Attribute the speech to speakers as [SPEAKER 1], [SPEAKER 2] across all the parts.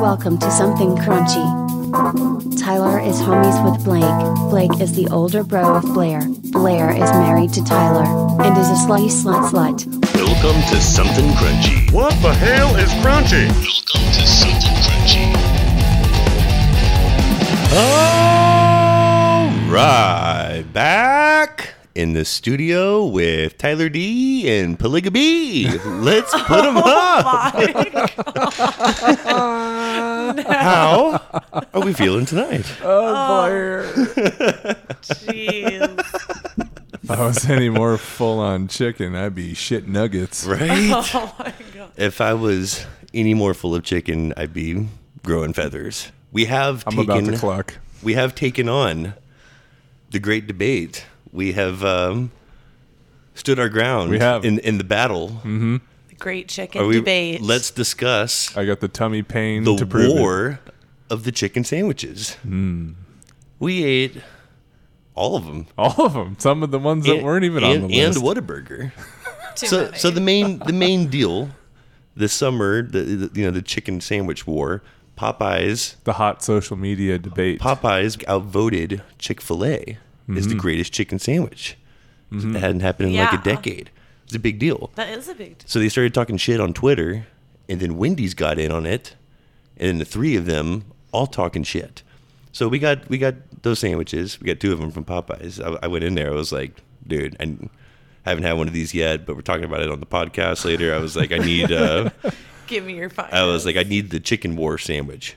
[SPEAKER 1] Welcome to Something Crunchy. Tyler is homies with Blake. Blake is the older bro of Blair. Blair is married to Tyler and is a slutty slut slut.
[SPEAKER 2] Welcome to Something Crunchy.
[SPEAKER 3] What the hell is crunchy?
[SPEAKER 2] Welcome to Something Crunchy.
[SPEAKER 4] All right, back in the studio with Tyler D and Polygamy. Let's put
[SPEAKER 5] Oh
[SPEAKER 4] them up. How are we feeling tonight?
[SPEAKER 5] Jeez.
[SPEAKER 6] If I was any more full on chicken, I'd be shit nuggets.
[SPEAKER 4] Right?
[SPEAKER 5] Oh my god.
[SPEAKER 4] If I was any more full of chicken, I'd be growing feathers. We have
[SPEAKER 6] I'm
[SPEAKER 4] taken
[SPEAKER 6] about to clock.
[SPEAKER 4] we have taken on the great debate. We have um, stood our ground
[SPEAKER 6] We have.
[SPEAKER 4] in in the battle.
[SPEAKER 5] The great chicken
[SPEAKER 4] Are we-
[SPEAKER 5] debate.
[SPEAKER 4] Let's discuss
[SPEAKER 6] I got the tummy pain
[SPEAKER 4] the
[SPEAKER 6] to prove it. Hmm.
[SPEAKER 4] war of the chicken sandwiches. We ate all of them.
[SPEAKER 6] All of them. Some of the ones that Oh, weren't even
[SPEAKER 4] and,
[SPEAKER 6] on the list.
[SPEAKER 4] And Whataburger.
[SPEAKER 5] Too
[SPEAKER 4] so,
[SPEAKER 5] many.
[SPEAKER 4] so the main the main deal this summer, the, the you know the chicken sandwich war. Popeyes
[SPEAKER 6] The hot social media debate.
[SPEAKER 4] Popeyes outvoted Chick Fil A as
[SPEAKER 6] Mm-hmm.
[SPEAKER 4] the greatest chicken sandwich. That hadn't happened in like
[SPEAKER 5] Yeah.
[SPEAKER 4] a decade. It's a big deal.
[SPEAKER 5] that is a big.
[SPEAKER 4] So they started talking shit on Twitter, and then Wendy's got in on it, and then the three of them all talking shit. So we got we got those sandwiches. We got two of them from Popeyes. I, I went in there. I was like, dude, I haven't had one of these yet, but we're talking about it on the podcast later. I was like, I need. Uh,
[SPEAKER 5] Give me your fine.
[SPEAKER 4] I was like, I need the chicken war sandwich.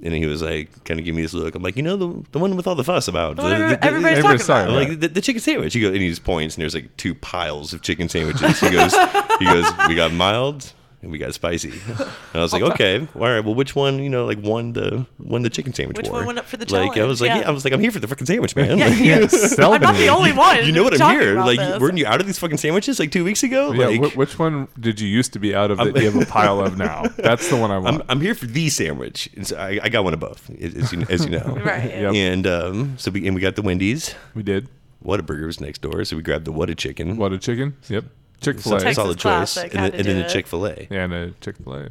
[SPEAKER 4] And he was like, kind of give me this look. I'm like, you know, the, the one with all the fuss about.
[SPEAKER 5] The one every-
[SPEAKER 4] The- the- the-
[SPEAKER 5] everybody's
[SPEAKER 4] the-
[SPEAKER 6] everybody's
[SPEAKER 5] talking
[SPEAKER 4] I'm
[SPEAKER 5] about.
[SPEAKER 6] talking
[SPEAKER 4] like the, the chicken sandwich. He goes, and he just points, and there's like two piles of chicken sandwiches. He goes, he goes, we got mild and we got spicy. And I was like, okay, all right, well, which one, you know, like won the won the chicken sandwich
[SPEAKER 5] Which
[SPEAKER 4] war?
[SPEAKER 5] one went up for the
[SPEAKER 4] Like I was like,
[SPEAKER 5] challenge?
[SPEAKER 4] yeah.
[SPEAKER 5] Yeah.
[SPEAKER 4] I was like, I'm here for the freaking sandwich, man. Like,
[SPEAKER 6] Yeah, sell
[SPEAKER 5] I'm not
[SPEAKER 6] me.
[SPEAKER 5] the only one.
[SPEAKER 4] you know what I'm
[SPEAKER 5] talking
[SPEAKER 4] here?
[SPEAKER 5] about
[SPEAKER 4] Like,
[SPEAKER 5] this.
[SPEAKER 4] weren't you out of these fucking sandwiches like two weeks ago?
[SPEAKER 6] Yeah,
[SPEAKER 4] like,
[SPEAKER 6] wh- which one did you used to be out of that you have a pile of now? That's the one I
[SPEAKER 4] I'm,
[SPEAKER 6] want.
[SPEAKER 4] I'm here for the sandwich. And so I, I got one of both, as you, as you know.
[SPEAKER 5] right.
[SPEAKER 6] Yep.
[SPEAKER 4] And um, so we and we got the Wendy's.
[SPEAKER 6] we did.
[SPEAKER 4] Whataburger was next door, so we grabbed the Whata chicken.
[SPEAKER 6] What a chicken. Yep. Chick fil
[SPEAKER 4] Solid,
[SPEAKER 6] A.
[SPEAKER 5] Texas
[SPEAKER 4] solid choice,
[SPEAKER 5] classic,
[SPEAKER 4] and, then-
[SPEAKER 5] had to
[SPEAKER 4] and
[SPEAKER 5] do
[SPEAKER 4] then the
[SPEAKER 5] it.
[SPEAKER 4] Chick Fil A.
[SPEAKER 6] And a Chick fil A.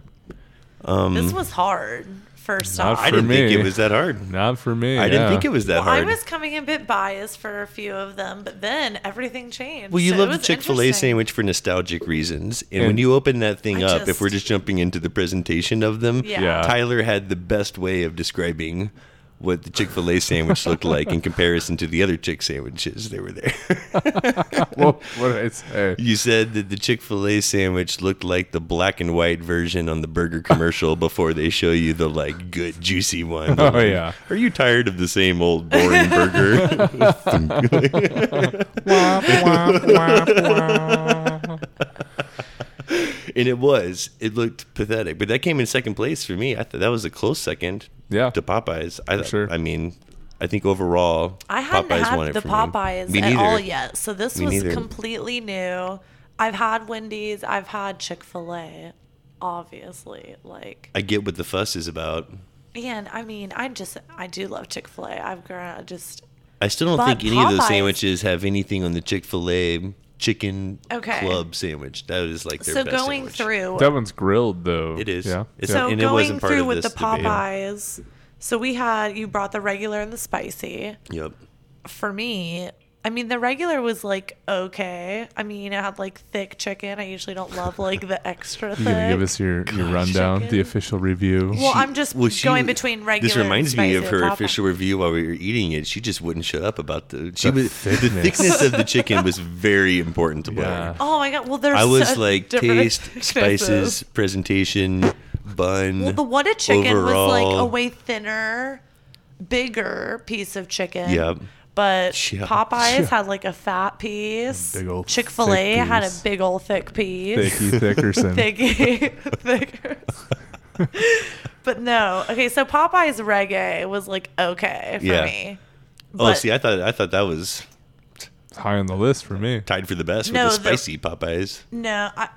[SPEAKER 4] Um,
[SPEAKER 5] This was hard. First
[SPEAKER 6] Not
[SPEAKER 5] off,
[SPEAKER 4] I
[SPEAKER 6] for
[SPEAKER 4] didn't think
[SPEAKER 6] me.
[SPEAKER 4] it was that hard.
[SPEAKER 6] Not for me.
[SPEAKER 4] I didn't
[SPEAKER 6] yeah.
[SPEAKER 4] think it was that
[SPEAKER 5] I
[SPEAKER 4] hard.
[SPEAKER 5] was coming in a bit biased for a few of them, but then everything changed.
[SPEAKER 4] well, you
[SPEAKER 5] so
[SPEAKER 4] love
[SPEAKER 5] it
[SPEAKER 4] the
[SPEAKER 5] was
[SPEAKER 4] Chick Fil A
[SPEAKER 5] interesting.
[SPEAKER 4] sandwich for nostalgic reasons, and, when
[SPEAKER 6] And-
[SPEAKER 4] you open that thing
[SPEAKER 5] I
[SPEAKER 4] up, if
[SPEAKER 5] just-
[SPEAKER 4] we're just jumping into the presentation of them,
[SPEAKER 5] Yeah.
[SPEAKER 6] Yeah.
[SPEAKER 4] Tyler had the best way of describing what the Chick Fil A sandwich looked like in comparison to the other chick sandwiches that were there.
[SPEAKER 6] Well, what did I say?
[SPEAKER 4] You said that the Chick fil A sandwich looked like the black and white version on the burger commercial before they show you the like good juicy one.
[SPEAKER 6] Oh, yeah.
[SPEAKER 4] Are you tired of the same old boring burger? and it was. It looked pathetic. But that came in second place for me. I thought that was a close second
[SPEAKER 6] Yeah.
[SPEAKER 4] to Popeyes. I
[SPEAKER 6] sure.
[SPEAKER 4] I mean, I think overall
[SPEAKER 5] I hadn't
[SPEAKER 4] Popeyes won
[SPEAKER 5] had
[SPEAKER 4] it
[SPEAKER 5] the
[SPEAKER 4] for
[SPEAKER 5] Popeyes
[SPEAKER 4] me. Me
[SPEAKER 5] at
[SPEAKER 4] neither.
[SPEAKER 5] all yet, so this
[SPEAKER 4] Me
[SPEAKER 5] was
[SPEAKER 4] neither.
[SPEAKER 5] completely new. I've had Wendy's, I've had Chick Fil A, obviously. Like,
[SPEAKER 4] I get what the fuss is about.
[SPEAKER 5] and I mean, I just I do love Chick Fil A. I've grown I just
[SPEAKER 4] I still don't
[SPEAKER 5] But
[SPEAKER 4] think any of those
[SPEAKER 5] Popeyes-
[SPEAKER 4] sandwiches have anything on the Chick Fil A chicken
[SPEAKER 5] Okay.
[SPEAKER 4] club sandwich. That is like their
[SPEAKER 5] so
[SPEAKER 4] best
[SPEAKER 5] going
[SPEAKER 4] sandwich.
[SPEAKER 5] through.
[SPEAKER 6] That one's grilled, though.
[SPEAKER 4] It is.
[SPEAKER 6] Yeah.
[SPEAKER 4] It's
[SPEAKER 6] yeah.
[SPEAKER 5] So
[SPEAKER 4] and it
[SPEAKER 5] going
[SPEAKER 4] wasn't part
[SPEAKER 5] through
[SPEAKER 4] of
[SPEAKER 5] with the
[SPEAKER 4] this debate.
[SPEAKER 5] Popeyes. So we had you brought the regular and the spicy.
[SPEAKER 4] Yep.
[SPEAKER 5] For me, I mean the regular was like okay. I mean it had like thick chicken. I usually don't love like the extra
[SPEAKER 6] You
[SPEAKER 5] thick.
[SPEAKER 6] gonna give us your, your rundown,
[SPEAKER 5] chicken.
[SPEAKER 6] the official review.
[SPEAKER 5] well, I'm just
[SPEAKER 4] Well, she-
[SPEAKER 5] going between regular.
[SPEAKER 4] This reminds
[SPEAKER 5] and
[SPEAKER 4] me
[SPEAKER 5] spicy
[SPEAKER 4] of
[SPEAKER 5] at
[SPEAKER 4] her
[SPEAKER 5] Popeye.
[SPEAKER 4] official review while we were eating it. She just wouldn't shut up about the. She
[SPEAKER 6] The
[SPEAKER 4] was the
[SPEAKER 6] thickness.
[SPEAKER 4] thickness of the chicken was very important to Blair.
[SPEAKER 6] Yeah.
[SPEAKER 5] Oh my god! Well, there's
[SPEAKER 4] I was
[SPEAKER 5] such
[SPEAKER 4] like
[SPEAKER 5] different
[SPEAKER 4] taste,
[SPEAKER 5] thicknesses.
[SPEAKER 4] spices, presentation, bun.
[SPEAKER 5] Well, the Wada chicken was like a
[SPEAKER 4] overall.
[SPEAKER 5] way thinner, bigger piece of chicken.
[SPEAKER 4] Yep.
[SPEAKER 5] But
[SPEAKER 4] Yeah.
[SPEAKER 5] Popeyes had like a fat piece.
[SPEAKER 6] big ol'
[SPEAKER 5] Chick Fil A
[SPEAKER 6] thick
[SPEAKER 5] had a
[SPEAKER 6] piece.
[SPEAKER 5] big old thick piece.
[SPEAKER 6] Thicky Thickerson.
[SPEAKER 5] Thicky, thicker. but no, okay. So Popeyes reggae was like okay for
[SPEAKER 4] Yeah.
[SPEAKER 5] me.
[SPEAKER 4] Oh,
[SPEAKER 5] but-
[SPEAKER 4] see, I thought I thought that was
[SPEAKER 6] It's high on the list for me.
[SPEAKER 4] tied for the best
[SPEAKER 5] No,
[SPEAKER 4] with
[SPEAKER 5] the-
[SPEAKER 4] the spicy Popeyes.
[SPEAKER 5] No, I.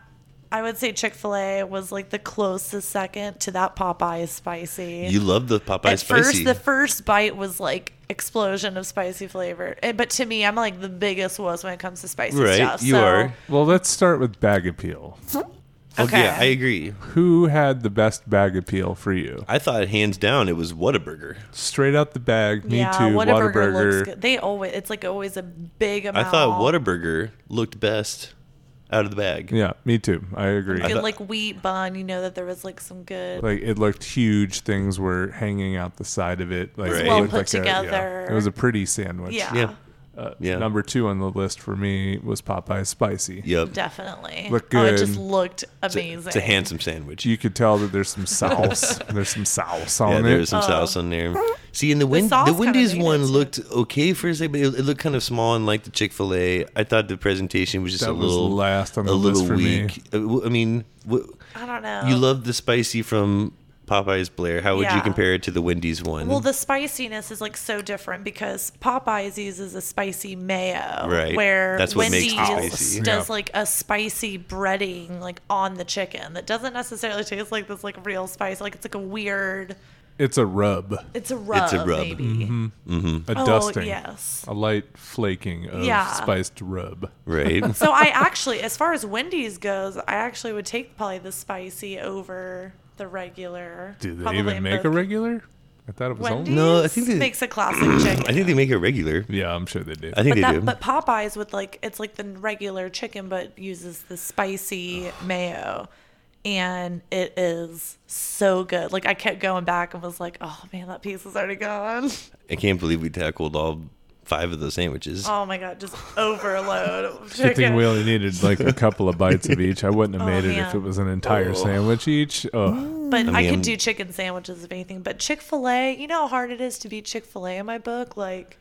[SPEAKER 5] I would say Chick Fil A was like the closest second to that Popeyes spicy.
[SPEAKER 4] You love the Popeyes
[SPEAKER 5] at
[SPEAKER 4] spicy.
[SPEAKER 5] first the first bite was like explosion of spicy flavor Eh, but to me i'm like the biggest was when it comes to spicy
[SPEAKER 4] right,
[SPEAKER 5] stuff
[SPEAKER 4] you
[SPEAKER 5] so
[SPEAKER 4] are.
[SPEAKER 6] Well, let's start with bag appeal.
[SPEAKER 4] Well,
[SPEAKER 5] Okay.
[SPEAKER 4] Yeah, I agree.
[SPEAKER 6] Who had the best bag appeal for you?
[SPEAKER 4] I thought hands down it was Whataburger.
[SPEAKER 6] Straight out the bag. Me
[SPEAKER 5] yeah,
[SPEAKER 6] too.
[SPEAKER 5] Whataburger, looks
[SPEAKER 6] Whataburger.
[SPEAKER 5] good. They always it's like always a big
[SPEAKER 4] I
[SPEAKER 5] amount.
[SPEAKER 4] thought Whataburger looked best out of the bag.
[SPEAKER 6] Yeah, me too. I agree.
[SPEAKER 5] good
[SPEAKER 4] thought-
[SPEAKER 5] like wheat bun. You know that there was like some good.
[SPEAKER 6] like it looked huge. Things were hanging out the side of it. Like
[SPEAKER 4] It's
[SPEAKER 6] it
[SPEAKER 4] well
[SPEAKER 6] looked
[SPEAKER 5] put
[SPEAKER 6] a- yeah,
[SPEAKER 5] together.
[SPEAKER 6] it was a pretty sandwich.
[SPEAKER 5] yeah,
[SPEAKER 4] Yeah.
[SPEAKER 5] Uh,
[SPEAKER 4] yeah.
[SPEAKER 6] Number two on the list for me was Popeye's spicy.
[SPEAKER 4] Yep.
[SPEAKER 5] definitely.
[SPEAKER 6] Looked
[SPEAKER 5] Oh, it
[SPEAKER 6] good.
[SPEAKER 5] just looked amazing.
[SPEAKER 4] It's a handsome sandwich.
[SPEAKER 6] You could tell that there's some sauce. there's some sauce on
[SPEAKER 4] Yeah,
[SPEAKER 6] it.
[SPEAKER 4] there was some sauce on there. Oh. See, and the, Win-
[SPEAKER 5] sauce
[SPEAKER 4] the
[SPEAKER 5] kinda
[SPEAKER 4] Wendy's
[SPEAKER 5] made it
[SPEAKER 4] one
[SPEAKER 5] too.
[SPEAKER 4] looked okay for a second, but it, it looked kind of small and like the Chick Fil A. I thought the presentation was just
[SPEAKER 6] That
[SPEAKER 4] a
[SPEAKER 6] was
[SPEAKER 4] little
[SPEAKER 6] last on
[SPEAKER 4] a
[SPEAKER 6] the list
[SPEAKER 4] little
[SPEAKER 6] for me.
[SPEAKER 4] weak. Uh, w- I mean, w-
[SPEAKER 5] I don't know.
[SPEAKER 4] you love the spicy from Popeyes Blair. How would you
[SPEAKER 5] Yeah.
[SPEAKER 4] compare it to the Wendy's one?
[SPEAKER 5] Well, the spiciness is like so different because Popeyes uses a spicy mayo,
[SPEAKER 4] Right.
[SPEAKER 5] Where
[SPEAKER 4] That's what makes
[SPEAKER 5] Wendy's
[SPEAKER 4] it spicy.
[SPEAKER 5] does
[SPEAKER 6] Yeah.
[SPEAKER 5] like a spicy breading like on the chicken that doesn't necessarily taste like this like real spice. Like it's like a weird.
[SPEAKER 6] It's a rub,
[SPEAKER 5] It's a rub.
[SPEAKER 4] rub.
[SPEAKER 5] Maybe.
[SPEAKER 6] a
[SPEAKER 5] Oh
[SPEAKER 6] Mm-hmm. dusting,
[SPEAKER 5] yes.
[SPEAKER 6] a light flaking of
[SPEAKER 5] Yeah.
[SPEAKER 6] spiced rub.
[SPEAKER 4] right?
[SPEAKER 5] So I actually, as far as Wendy's goes, I actually would take probably the spicy over the regular.
[SPEAKER 6] Do they
[SPEAKER 5] Probably
[SPEAKER 6] even
[SPEAKER 5] in
[SPEAKER 6] make
[SPEAKER 5] both.
[SPEAKER 6] a regular? I thought it was only.
[SPEAKER 5] Wendy's
[SPEAKER 4] No, I think they-
[SPEAKER 5] makes a classic chicken.
[SPEAKER 4] I think they make it regular.
[SPEAKER 6] Yeah, I'm sure they did.
[SPEAKER 4] I think
[SPEAKER 5] But
[SPEAKER 4] they
[SPEAKER 5] that,
[SPEAKER 4] do.
[SPEAKER 5] but Popeyes with like it's like the regular chicken, but uses the spicy mayo, and it is so good. Like I kept going back and was like, oh man, that piece is already gone.
[SPEAKER 4] I can't believe we tackled all five of those sandwiches.
[SPEAKER 5] Oh my god, just overload. of
[SPEAKER 6] Good thing
[SPEAKER 5] chicken.
[SPEAKER 6] we only needed like a couple of bites of each. I wouldn't have
[SPEAKER 5] Oh,
[SPEAKER 6] made it if
[SPEAKER 5] man.
[SPEAKER 6] it was an entire sandwich each. Oh,
[SPEAKER 5] But I,
[SPEAKER 4] mean-
[SPEAKER 5] could do chicken sandwiches if anything. But Chick Fil A, you know how hard it is to beat Chick Fil A in my book. Like,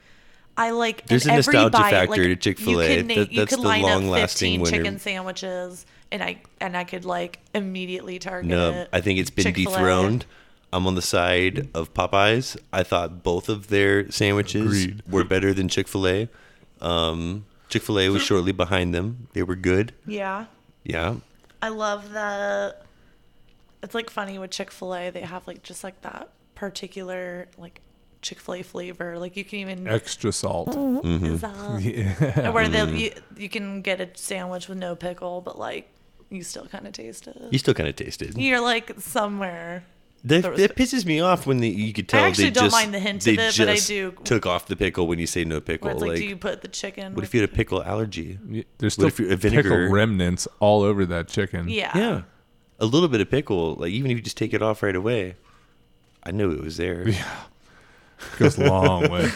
[SPEAKER 5] I like
[SPEAKER 4] There's
[SPEAKER 5] in
[SPEAKER 4] a
[SPEAKER 5] every
[SPEAKER 4] nostalgia
[SPEAKER 5] bite,
[SPEAKER 4] factor
[SPEAKER 5] like,
[SPEAKER 4] to
[SPEAKER 5] you
[SPEAKER 4] Chick-fil-A.
[SPEAKER 5] could na-
[SPEAKER 4] That-
[SPEAKER 5] you
[SPEAKER 4] that's
[SPEAKER 5] could
[SPEAKER 4] the
[SPEAKER 5] line up
[SPEAKER 4] long-lasting
[SPEAKER 5] 15
[SPEAKER 4] winner.
[SPEAKER 5] chicken sandwiches, and I and I could like immediately target.
[SPEAKER 4] No,
[SPEAKER 5] it.
[SPEAKER 4] uh, I think it's been
[SPEAKER 5] uh, Chick-fil-A.
[SPEAKER 4] dethroned. I'm on the side of Popeyes. I thought both of their sandwiches
[SPEAKER 6] Agreed.
[SPEAKER 4] were better than Chick Fil A. Um, Chick Fil A was shortly behind them. They were good.
[SPEAKER 5] Yeah,
[SPEAKER 4] Yeah,
[SPEAKER 5] I love the. It's like funny with Chick Fil A. They have like just like that particular like Chick Fil A flavor. Like you can even
[SPEAKER 6] extra salt.
[SPEAKER 5] is that-
[SPEAKER 6] Yeah.
[SPEAKER 5] Where the,
[SPEAKER 4] Mm.
[SPEAKER 5] you, you can get a sandwich with no pickle, but like you still kind of taste it.
[SPEAKER 4] you still kind of tasted.
[SPEAKER 5] You're like somewhere.
[SPEAKER 4] That, that pisses me off when the, you could tell.
[SPEAKER 5] I actually
[SPEAKER 4] they
[SPEAKER 5] don't
[SPEAKER 4] just,
[SPEAKER 5] mind the hint
[SPEAKER 4] they
[SPEAKER 5] of it, but I
[SPEAKER 4] just
[SPEAKER 5] do-
[SPEAKER 4] Took off the pickle when you say no
[SPEAKER 5] Where
[SPEAKER 4] pickle.
[SPEAKER 5] it's
[SPEAKER 4] Like,
[SPEAKER 5] like, do you put the chicken?
[SPEAKER 4] what
[SPEAKER 5] with-
[SPEAKER 4] if you had a pickle allergy?
[SPEAKER 6] There's still
[SPEAKER 4] if you- a vinegar-
[SPEAKER 6] pickle remnants all over that chicken.
[SPEAKER 5] Yeah.
[SPEAKER 4] Yeah, a little bit of pickle. Like even if you just take it off right away, I knew it was there.
[SPEAKER 6] goes a long way.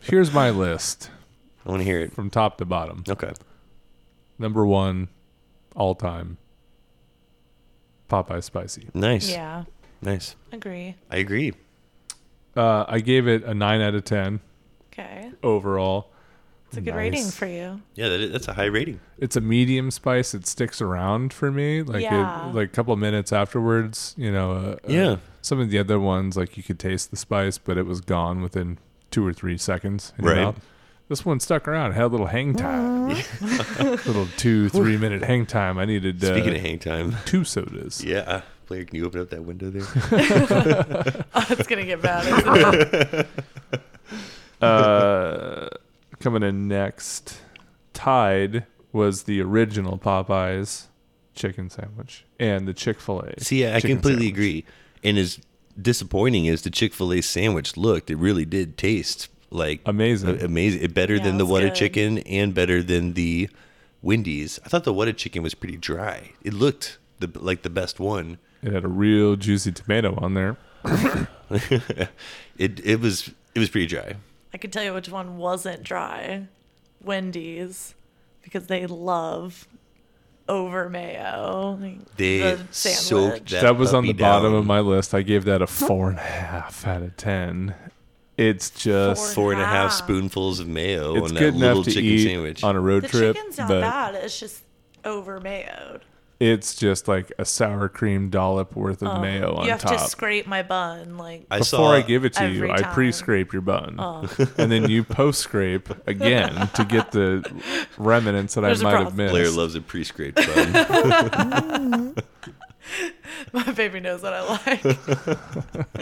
[SPEAKER 6] Here's my list
[SPEAKER 4] I want to hear it.
[SPEAKER 6] from top to bottom.
[SPEAKER 4] Okay.
[SPEAKER 6] Number one, all time, Popeye spicy.
[SPEAKER 4] Nice.
[SPEAKER 5] Yeah.
[SPEAKER 4] Nice.
[SPEAKER 5] Agree.
[SPEAKER 4] I agree.
[SPEAKER 6] Uh, I gave it a nine out of ten
[SPEAKER 5] Okay.
[SPEAKER 6] overall.
[SPEAKER 5] It's a good rating for you.
[SPEAKER 4] Yeah, that is, that's a high rating.
[SPEAKER 6] it's a medium spice. It sticks around for me. Like
[SPEAKER 5] Yeah.
[SPEAKER 6] it, like a couple of minutes afterwards, you know. Uh,
[SPEAKER 4] Yeah.
[SPEAKER 6] Uh, some of the other ones, like you could taste the spice, but it was gone within two or three seconds. in your
[SPEAKER 4] Right.
[SPEAKER 6] mouth. This one stuck around. It had a little hang time. little two three minute hang time. I needed. Uh,
[SPEAKER 4] Speaking of hang time.
[SPEAKER 6] Two sodas.
[SPEAKER 4] Yeah. Player, can you open up that window there?
[SPEAKER 5] Oh, it's gonna get bad.
[SPEAKER 6] Uh, coming in next, tied was the original Popeyes chicken sandwich and the Chick Fil A.
[SPEAKER 4] See, I completely agree. And as disappointing as the Chick fil A sandwich looked, it really did taste like
[SPEAKER 6] Amazing.
[SPEAKER 4] a- amazing. It better
[SPEAKER 5] Yeah,
[SPEAKER 4] than
[SPEAKER 5] it
[SPEAKER 4] the
[SPEAKER 5] was
[SPEAKER 4] What
[SPEAKER 5] good.
[SPEAKER 4] Chicken and better than the Wendy's. I thought the What Chicken was pretty dry. It looked the, like the best one.
[SPEAKER 6] It had a real juicy tomato on there.
[SPEAKER 4] It it was it was pretty dry.
[SPEAKER 5] I could tell you which one wasn't dry. Wendy's, because they love over mayo. like,
[SPEAKER 4] They
[SPEAKER 5] the
[SPEAKER 4] soaked that.
[SPEAKER 6] that was on the
[SPEAKER 4] puppy
[SPEAKER 6] bottom
[SPEAKER 4] down.
[SPEAKER 6] of my list. I gave that a four and a half out of ten. It's just
[SPEAKER 4] Four and a half
[SPEAKER 5] Ah.
[SPEAKER 4] spoonfuls of mayo
[SPEAKER 6] it's
[SPEAKER 4] on
[SPEAKER 6] good
[SPEAKER 4] that
[SPEAKER 6] enough
[SPEAKER 4] little
[SPEAKER 6] to
[SPEAKER 4] chicken
[SPEAKER 6] eat
[SPEAKER 4] sandwich.
[SPEAKER 6] on a road
[SPEAKER 5] The
[SPEAKER 6] trip,
[SPEAKER 5] chicken's not
[SPEAKER 6] but
[SPEAKER 5] bad. It's just over mayoed.
[SPEAKER 6] it's just like a sour cream dollop worth of mayo on
[SPEAKER 5] Oh, you have
[SPEAKER 6] top.
[SPEAKER 5] to scrape my bun like
[SPEAKER 4] I
[SPEAKER 6] Before
[SPEAKER 4] saw
[SPEAKER 6] I give it to you,
[SPEAKER 5] every
[SPEAKER 6] I
[SPEAKER 5] time. Oh.
[SPEAKER 6] pre-scrape your bun, and then you post-scrape again to get the remnants that
[SPEAKER 5] There's
[SPEAKER 6] I
[SPEAKER 5] a
[SPEAKER 6] might have
[SPEAKER 5] process.
[SPEAKER 6] missed.
[SPEAKER 4] Blair loves a pre-scraped bun.
[SPEAKER 5] my baby knows what I like.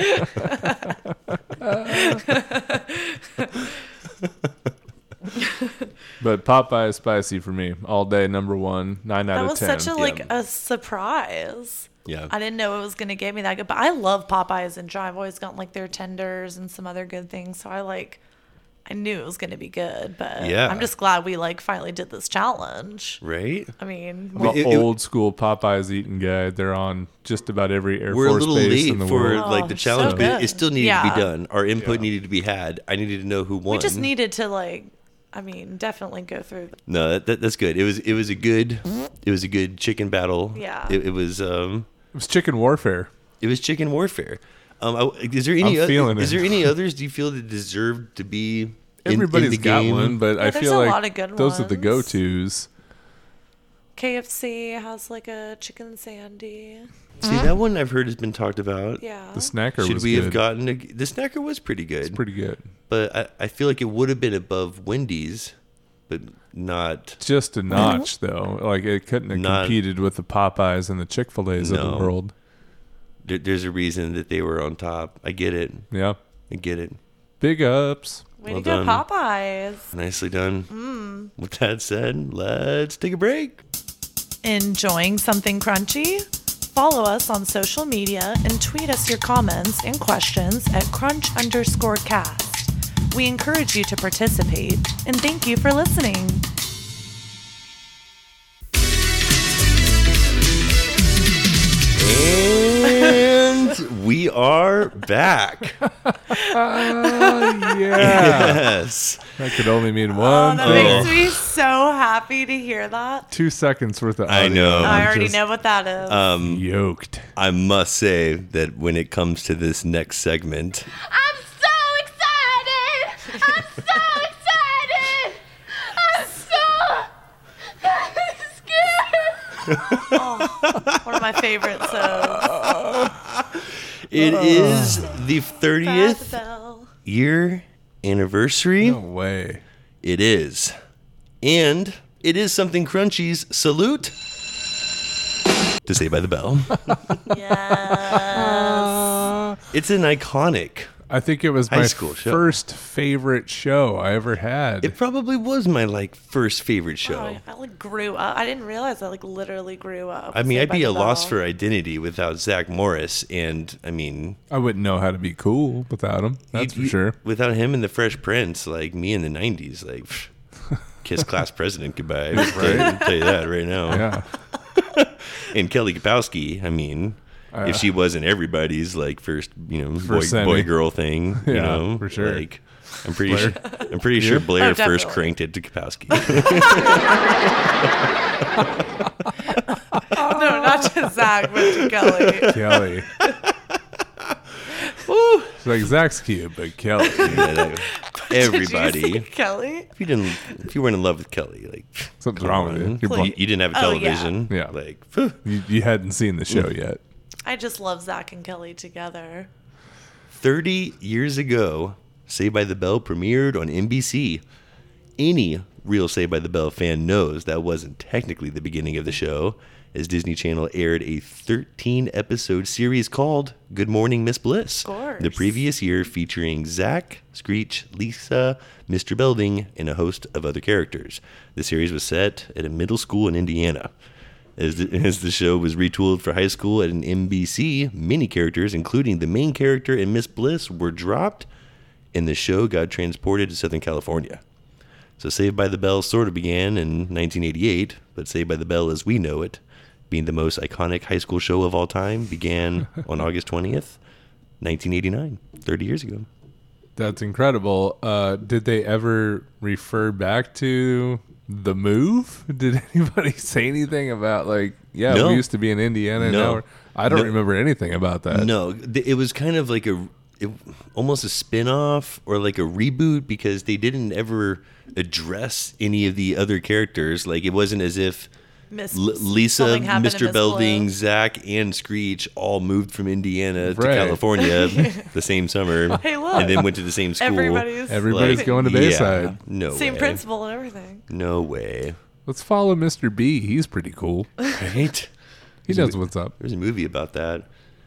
[SPEAKER 6] But Popeye is spicy for me all day. Number one, nine out
[SPEAKER 5] That
[SPEAKER 6] of
[SPEAKER 5] was
[SPEAKER 6] ten.
[SPEAKER 5] such a like a surprise.
[SPEAKER 4] Yeah.
[SPEAKER 5] I didn't know it was gonna get me that good, but I love Popeyes and Dry. I've always gotten like their tenders and some other good things, so I like. I knew it was gonna be good, but
[SPEAKER 4] Yeah.
[SPEAKER 5] I'm just glad we like finally did this challenge.
[SPEAKER 4] right?
[SPEAKER 5] I mean,
[SPEAKER 6] I'm an
[SPEAKER 4] it- it-
[SPEAKER 6] old school Popeyes eating guy. They're on just about every Air
[SPEAKER 4] We're a
[SPEAKER 6] Force
[SPEAKER 4] little
[SPEAKER 6] base in
[SPEAKER 4] late
[SPEAKER 6] the
[SPEAKER 4] for
[SPEAKER 6] world.
[SPEAKER 4] like
[SPEAKER 5] Oh,
[SPEAKER 4] the
[SPEAKER 5] so
[SPEAKER 4] challenge, but it
[SPEAKER 5] good.
[SPEAKER 4] still needed to
[SPEAKER 5] Yeah.
[SPEAKER 4] be done. Our input needed to be had. I needed to know who won.
[SPEAKER 5] we just needed to like. I mean, definitely go through.
[SPEAKER 4] No, that, that, that's good. It was it was a good it was a good chicken battle.
[SPEAKER 5] Yeah.
[SPEAKER 4] It, it was um
[SPEAKER 6] It was chicken warfare.
[SPEAKER 4] it was chicken warfare. Um, I, is there any
[SPEAKER 6] I'm
[SPEAKER 4] oth-
[SPEAKER 6] feeling
[SPEAKER 4] is
[SPEAKER 6] it.
[SPEAKER 4] there any others? Do you feel that deserve to be in- in,
[SPEAKER 6] Everybody's
[SPEAKER 4] the
[SPEAKER 6] got
[SPEAKER 4] game?
[SPEAKER 6] one, but I
[SPEAKER 5] there's
[SPEAKER 6] feel
[SPEAKER 5] a
[SPEAKER 6] like
[SPEAKER 5] lot of good
[SPEAKER 6] those are the
[SPEAKER 5] ones.
[SPEAKER 6] go tos.
[SPEAKER 5] KFC has like a chicken sandy.
[SPEAKER 4] See that one I've heard has been talked about.
[SPEAKER 5] Hmm? Yeah.
[SPEAKER 6] The snacker
[SPEAKER 4] Should
[SPEAKER 6] was
[SPEAKER 4] we
[SPEAKER 6] good.
[SPEAKER 4] have gotten a, the snacker was pretty good,
[SPEAKER 6] It's pretty good.
[SPEAKER 4] but I, I feel like it would have been above Wendy's, but not
[SPEAKER 6] Just a notch though. Like it couldn't have
[SPEAKER 4] Not-
[SPEAKER 6] competed with the Popeyes and the Chick Fil A's of
[SPEAKER 4] No.
[SPEAKER 6] the world.
[SPEAKER 4] there, there's a reason that they were on top. I get it.
[SPEAKER 6] Yeah.
[SPEAKER 4] I get it.
[SPEAKER 6] Big ups.
[SPEAKER 5] Way
[SPEAKER 4] Well
[SPEAKER 5] to go,
[SPEAKER 4] done.
[SPEAKER 5] Popeyes.
[SPEAKER 4] Nicely done. With that said, let's take a break.
[SPEAKER 5] Enjoying something crunchy? Follow us on social media and tweet us your comments and questions at crunch underscore cast. We encourage you to participate and thank you for listening.
[SPEAKER 4] And we are back.
[SPEAKER 6] Yeah.
[SPEAKER 4] Yes.
[SPEAKER 6] that could only mean one
[SPEAKER 5] Oh,
[SPEAKER 4] Oh.
[SPEAKER 5] That
[SPEAKER 6] thing.
[SPEAKER 5] makes me so happy to hear that.
[SPEAKER 6] Two seconds worth of
[SPEAKER 4] I
[SPEAKER 6] audio.
[SPEAKER 4] know.
[SPEAKER 5] I
[SPEAKER 6] I'm
[SPEAKER 5] already
[SPEAKER 6] just
[SPEAKER 5] know what that is.
[SPEAKER 4] uh,
[SPEAKER 6] Yoked.
[SPEAKER 4] I must say that when it comes to this next segment,
[SPEAKER 7] I'm so excited! I'm so excited! I'm so scared!
[SPEAKER 5] One of my favorites. So.
[SPEAKER 4] it is the
[SPEAKER 5] Bad
[SPEAKER 4] 30th
[SPEAKER 5] bell.
[SPEAKER 4] year anniversary.
[SPEAKER 6] No way.
[SPEAKER 4] It is. And it is something Crunchy's salute to say by the bell.
[SPEAKER 5] Yes.
[SPEAKER 4] It's an iconic.
[SPEAKER 6] I think it was
[SPEAKER 4] High
[SPEAKER 6] my
[SPEAKER 4] school show.
[SPEAKER 6] first favorite show I ever had.
[SPEAKER 4] It probably was my like first favorite show.
[SPEAKER 5] Oh, I, I like grew up. I didn't realize I like literally grew up.
[SPEAKER 4] I mean,
[SPEAKER 5] Saved
[SPEAKER 4] I'd
[SPEAKER 5] by
[SPEAKER 4] be
[SPEAKER 5] the
[SPEAKER 4] a loss
[SPEAKER 5] Bell.
[SPEAKER 4] for identity without Zach Morris, and I mean,
[SPEAKER 6] I wouldn't know how to be cool without him. That's
[SPEAKER 4] you-
[SPEAKER 6] for
[SPEAKER 4] you-
[SPEAKER 6] sure.
[SPEAKER 4] Without him and the Fresh Prince, like me in the '90s, like pff, kiss class president goodbye. Right? I tell you that right now.
[SPEAKER 6] Yeah.
[SPEAKER 4] And Kelly Kapowski, I mean,
[SPEAKER 6] Uh.
[SPEAKER 4] if she wasn't everybody's like first, you know, boy,
[SPEAKER 6] Semi.
[SPEAKER 4] boy girl thing, you
[SPEAKER 6] Yeah,
[SPEAKER 4] know,
[SPEAKER 6] for sure.
[SPEAKER 4] Like, I'm pretty sure. I'm pretty sure Blair
[SPEAKER 5] Oh,
[SPEAKER 4] first
[SPEAKER 5] definitely.
[SPEAKER 4] cranked it to Kapowski.
[SPEAKER 5] Oh, No, not to Zach, but to Kelly.
[SPEAKER 6] Kelly. It's like Zach's cute, but Kelly.
[SPEAKER 4] Yeah, like,
[SPEAKER 5] Did you say
[SPEAKER 4] everybody.
[SPEAKER 5] Kelly.
[SPEAKER 4] If you didn't, if you weren't in love with Kelly, like
[SPEAKER 6] Something's
[SPEAKER 4] come
[SPEAKER 6] wrong with
[SPEAKER 4] on.
[SPEAKER 6] you. You're
[SPEAKER 4] you,
[SPEAKER 6] blind.
[SPEAKER 4] you didn't have a
[SPEAKER 5] Oh, yeah.
[SPEAKER 4] television.
[SPEAKER 6] Yeah.
[SPEAKER 4] Like, phew.
[SPEAKER 6] You, you hadn't seen the show yet.
[SPEAKER 5] I just love Zach and Kelly together.
[SPEAKER 4] 30 years ago, Saved by the Bell premiered on NBC. Any real Saved by the Bell fan knows that wasn't technically the beginning of the show, as Disney Channel aired a 13 episode series called Good Morning, Miss Bliss.
[SPEAKER 5] course.
[SPEAKER 4] The previous year, featuring Zach, Screech, Lisa, Mr. Belding, and a host of other characters. The series was set at a middle school in Indiana. As the, as the show was retooled for high school at an NBC, many characters, including the main character and Miss Bliss, were dropped, and the show got transported to Southern California. So Saved by the Bell sort of began in 1988, but Saved by the Bell as we know it, being the most iconic high school show of all time, began on August 20th, 1989, 30 years ago.
[SPEAKER 6] That's incredible. Uh, did they ever refer back to the move? Did anybody say anything about like, yeah,
[SPEAKER 4] No.
[SPEAKER 6] we used to be in Indiana? And
[SPEAKER 4] No.
[SPEAKER 6] now we're, I don't
[SPEAKER 4] No.
[SPEAKER 6] remember anything about that.
[SPEAKER 4] No, th- it was kind of like a it, almost a spin-off or like a reboot because they didn't ever address any of the other characters. Like it wasn't as if
[SPEAKER 5] Miss
[SPEAKER 4] L- Lisa,
[SPEAKER 5] something happened to
[SPEAKER 4] Mr.
[SPEAKER 5] Miss
[SPEAKER 4] Belding,
[SPEAKER 5] Blue.
[SPEAKER 4] Zach, and Screech all moved from Indiana to
[SPEAKER 6] Right.
[SPEAKER 4] California the same summer,
[SPEAKER 5] Hey, look.
[SPEAKER 4] and then went to the same school.
[SPEAKER 5] Everybody's
[SPEAKER 6] Everybody's
[SPEAKER 4] Like,
[SPEAKER 6] going to Bayside.
[SPEAKER 4] Yeah, no
[SPEAKER 5] same
[SPEAKER 4] way.
[SPEAKER 5] principal and everything.
[SPEAKER 4] No way.
[SPEAKER 6] Let's follow Mr. B. He's pretty cool.
[SPEAKER 4] Right?
[SPEAKER 6] He knows what's up.
[SPEAKER 4] There's a movie about that.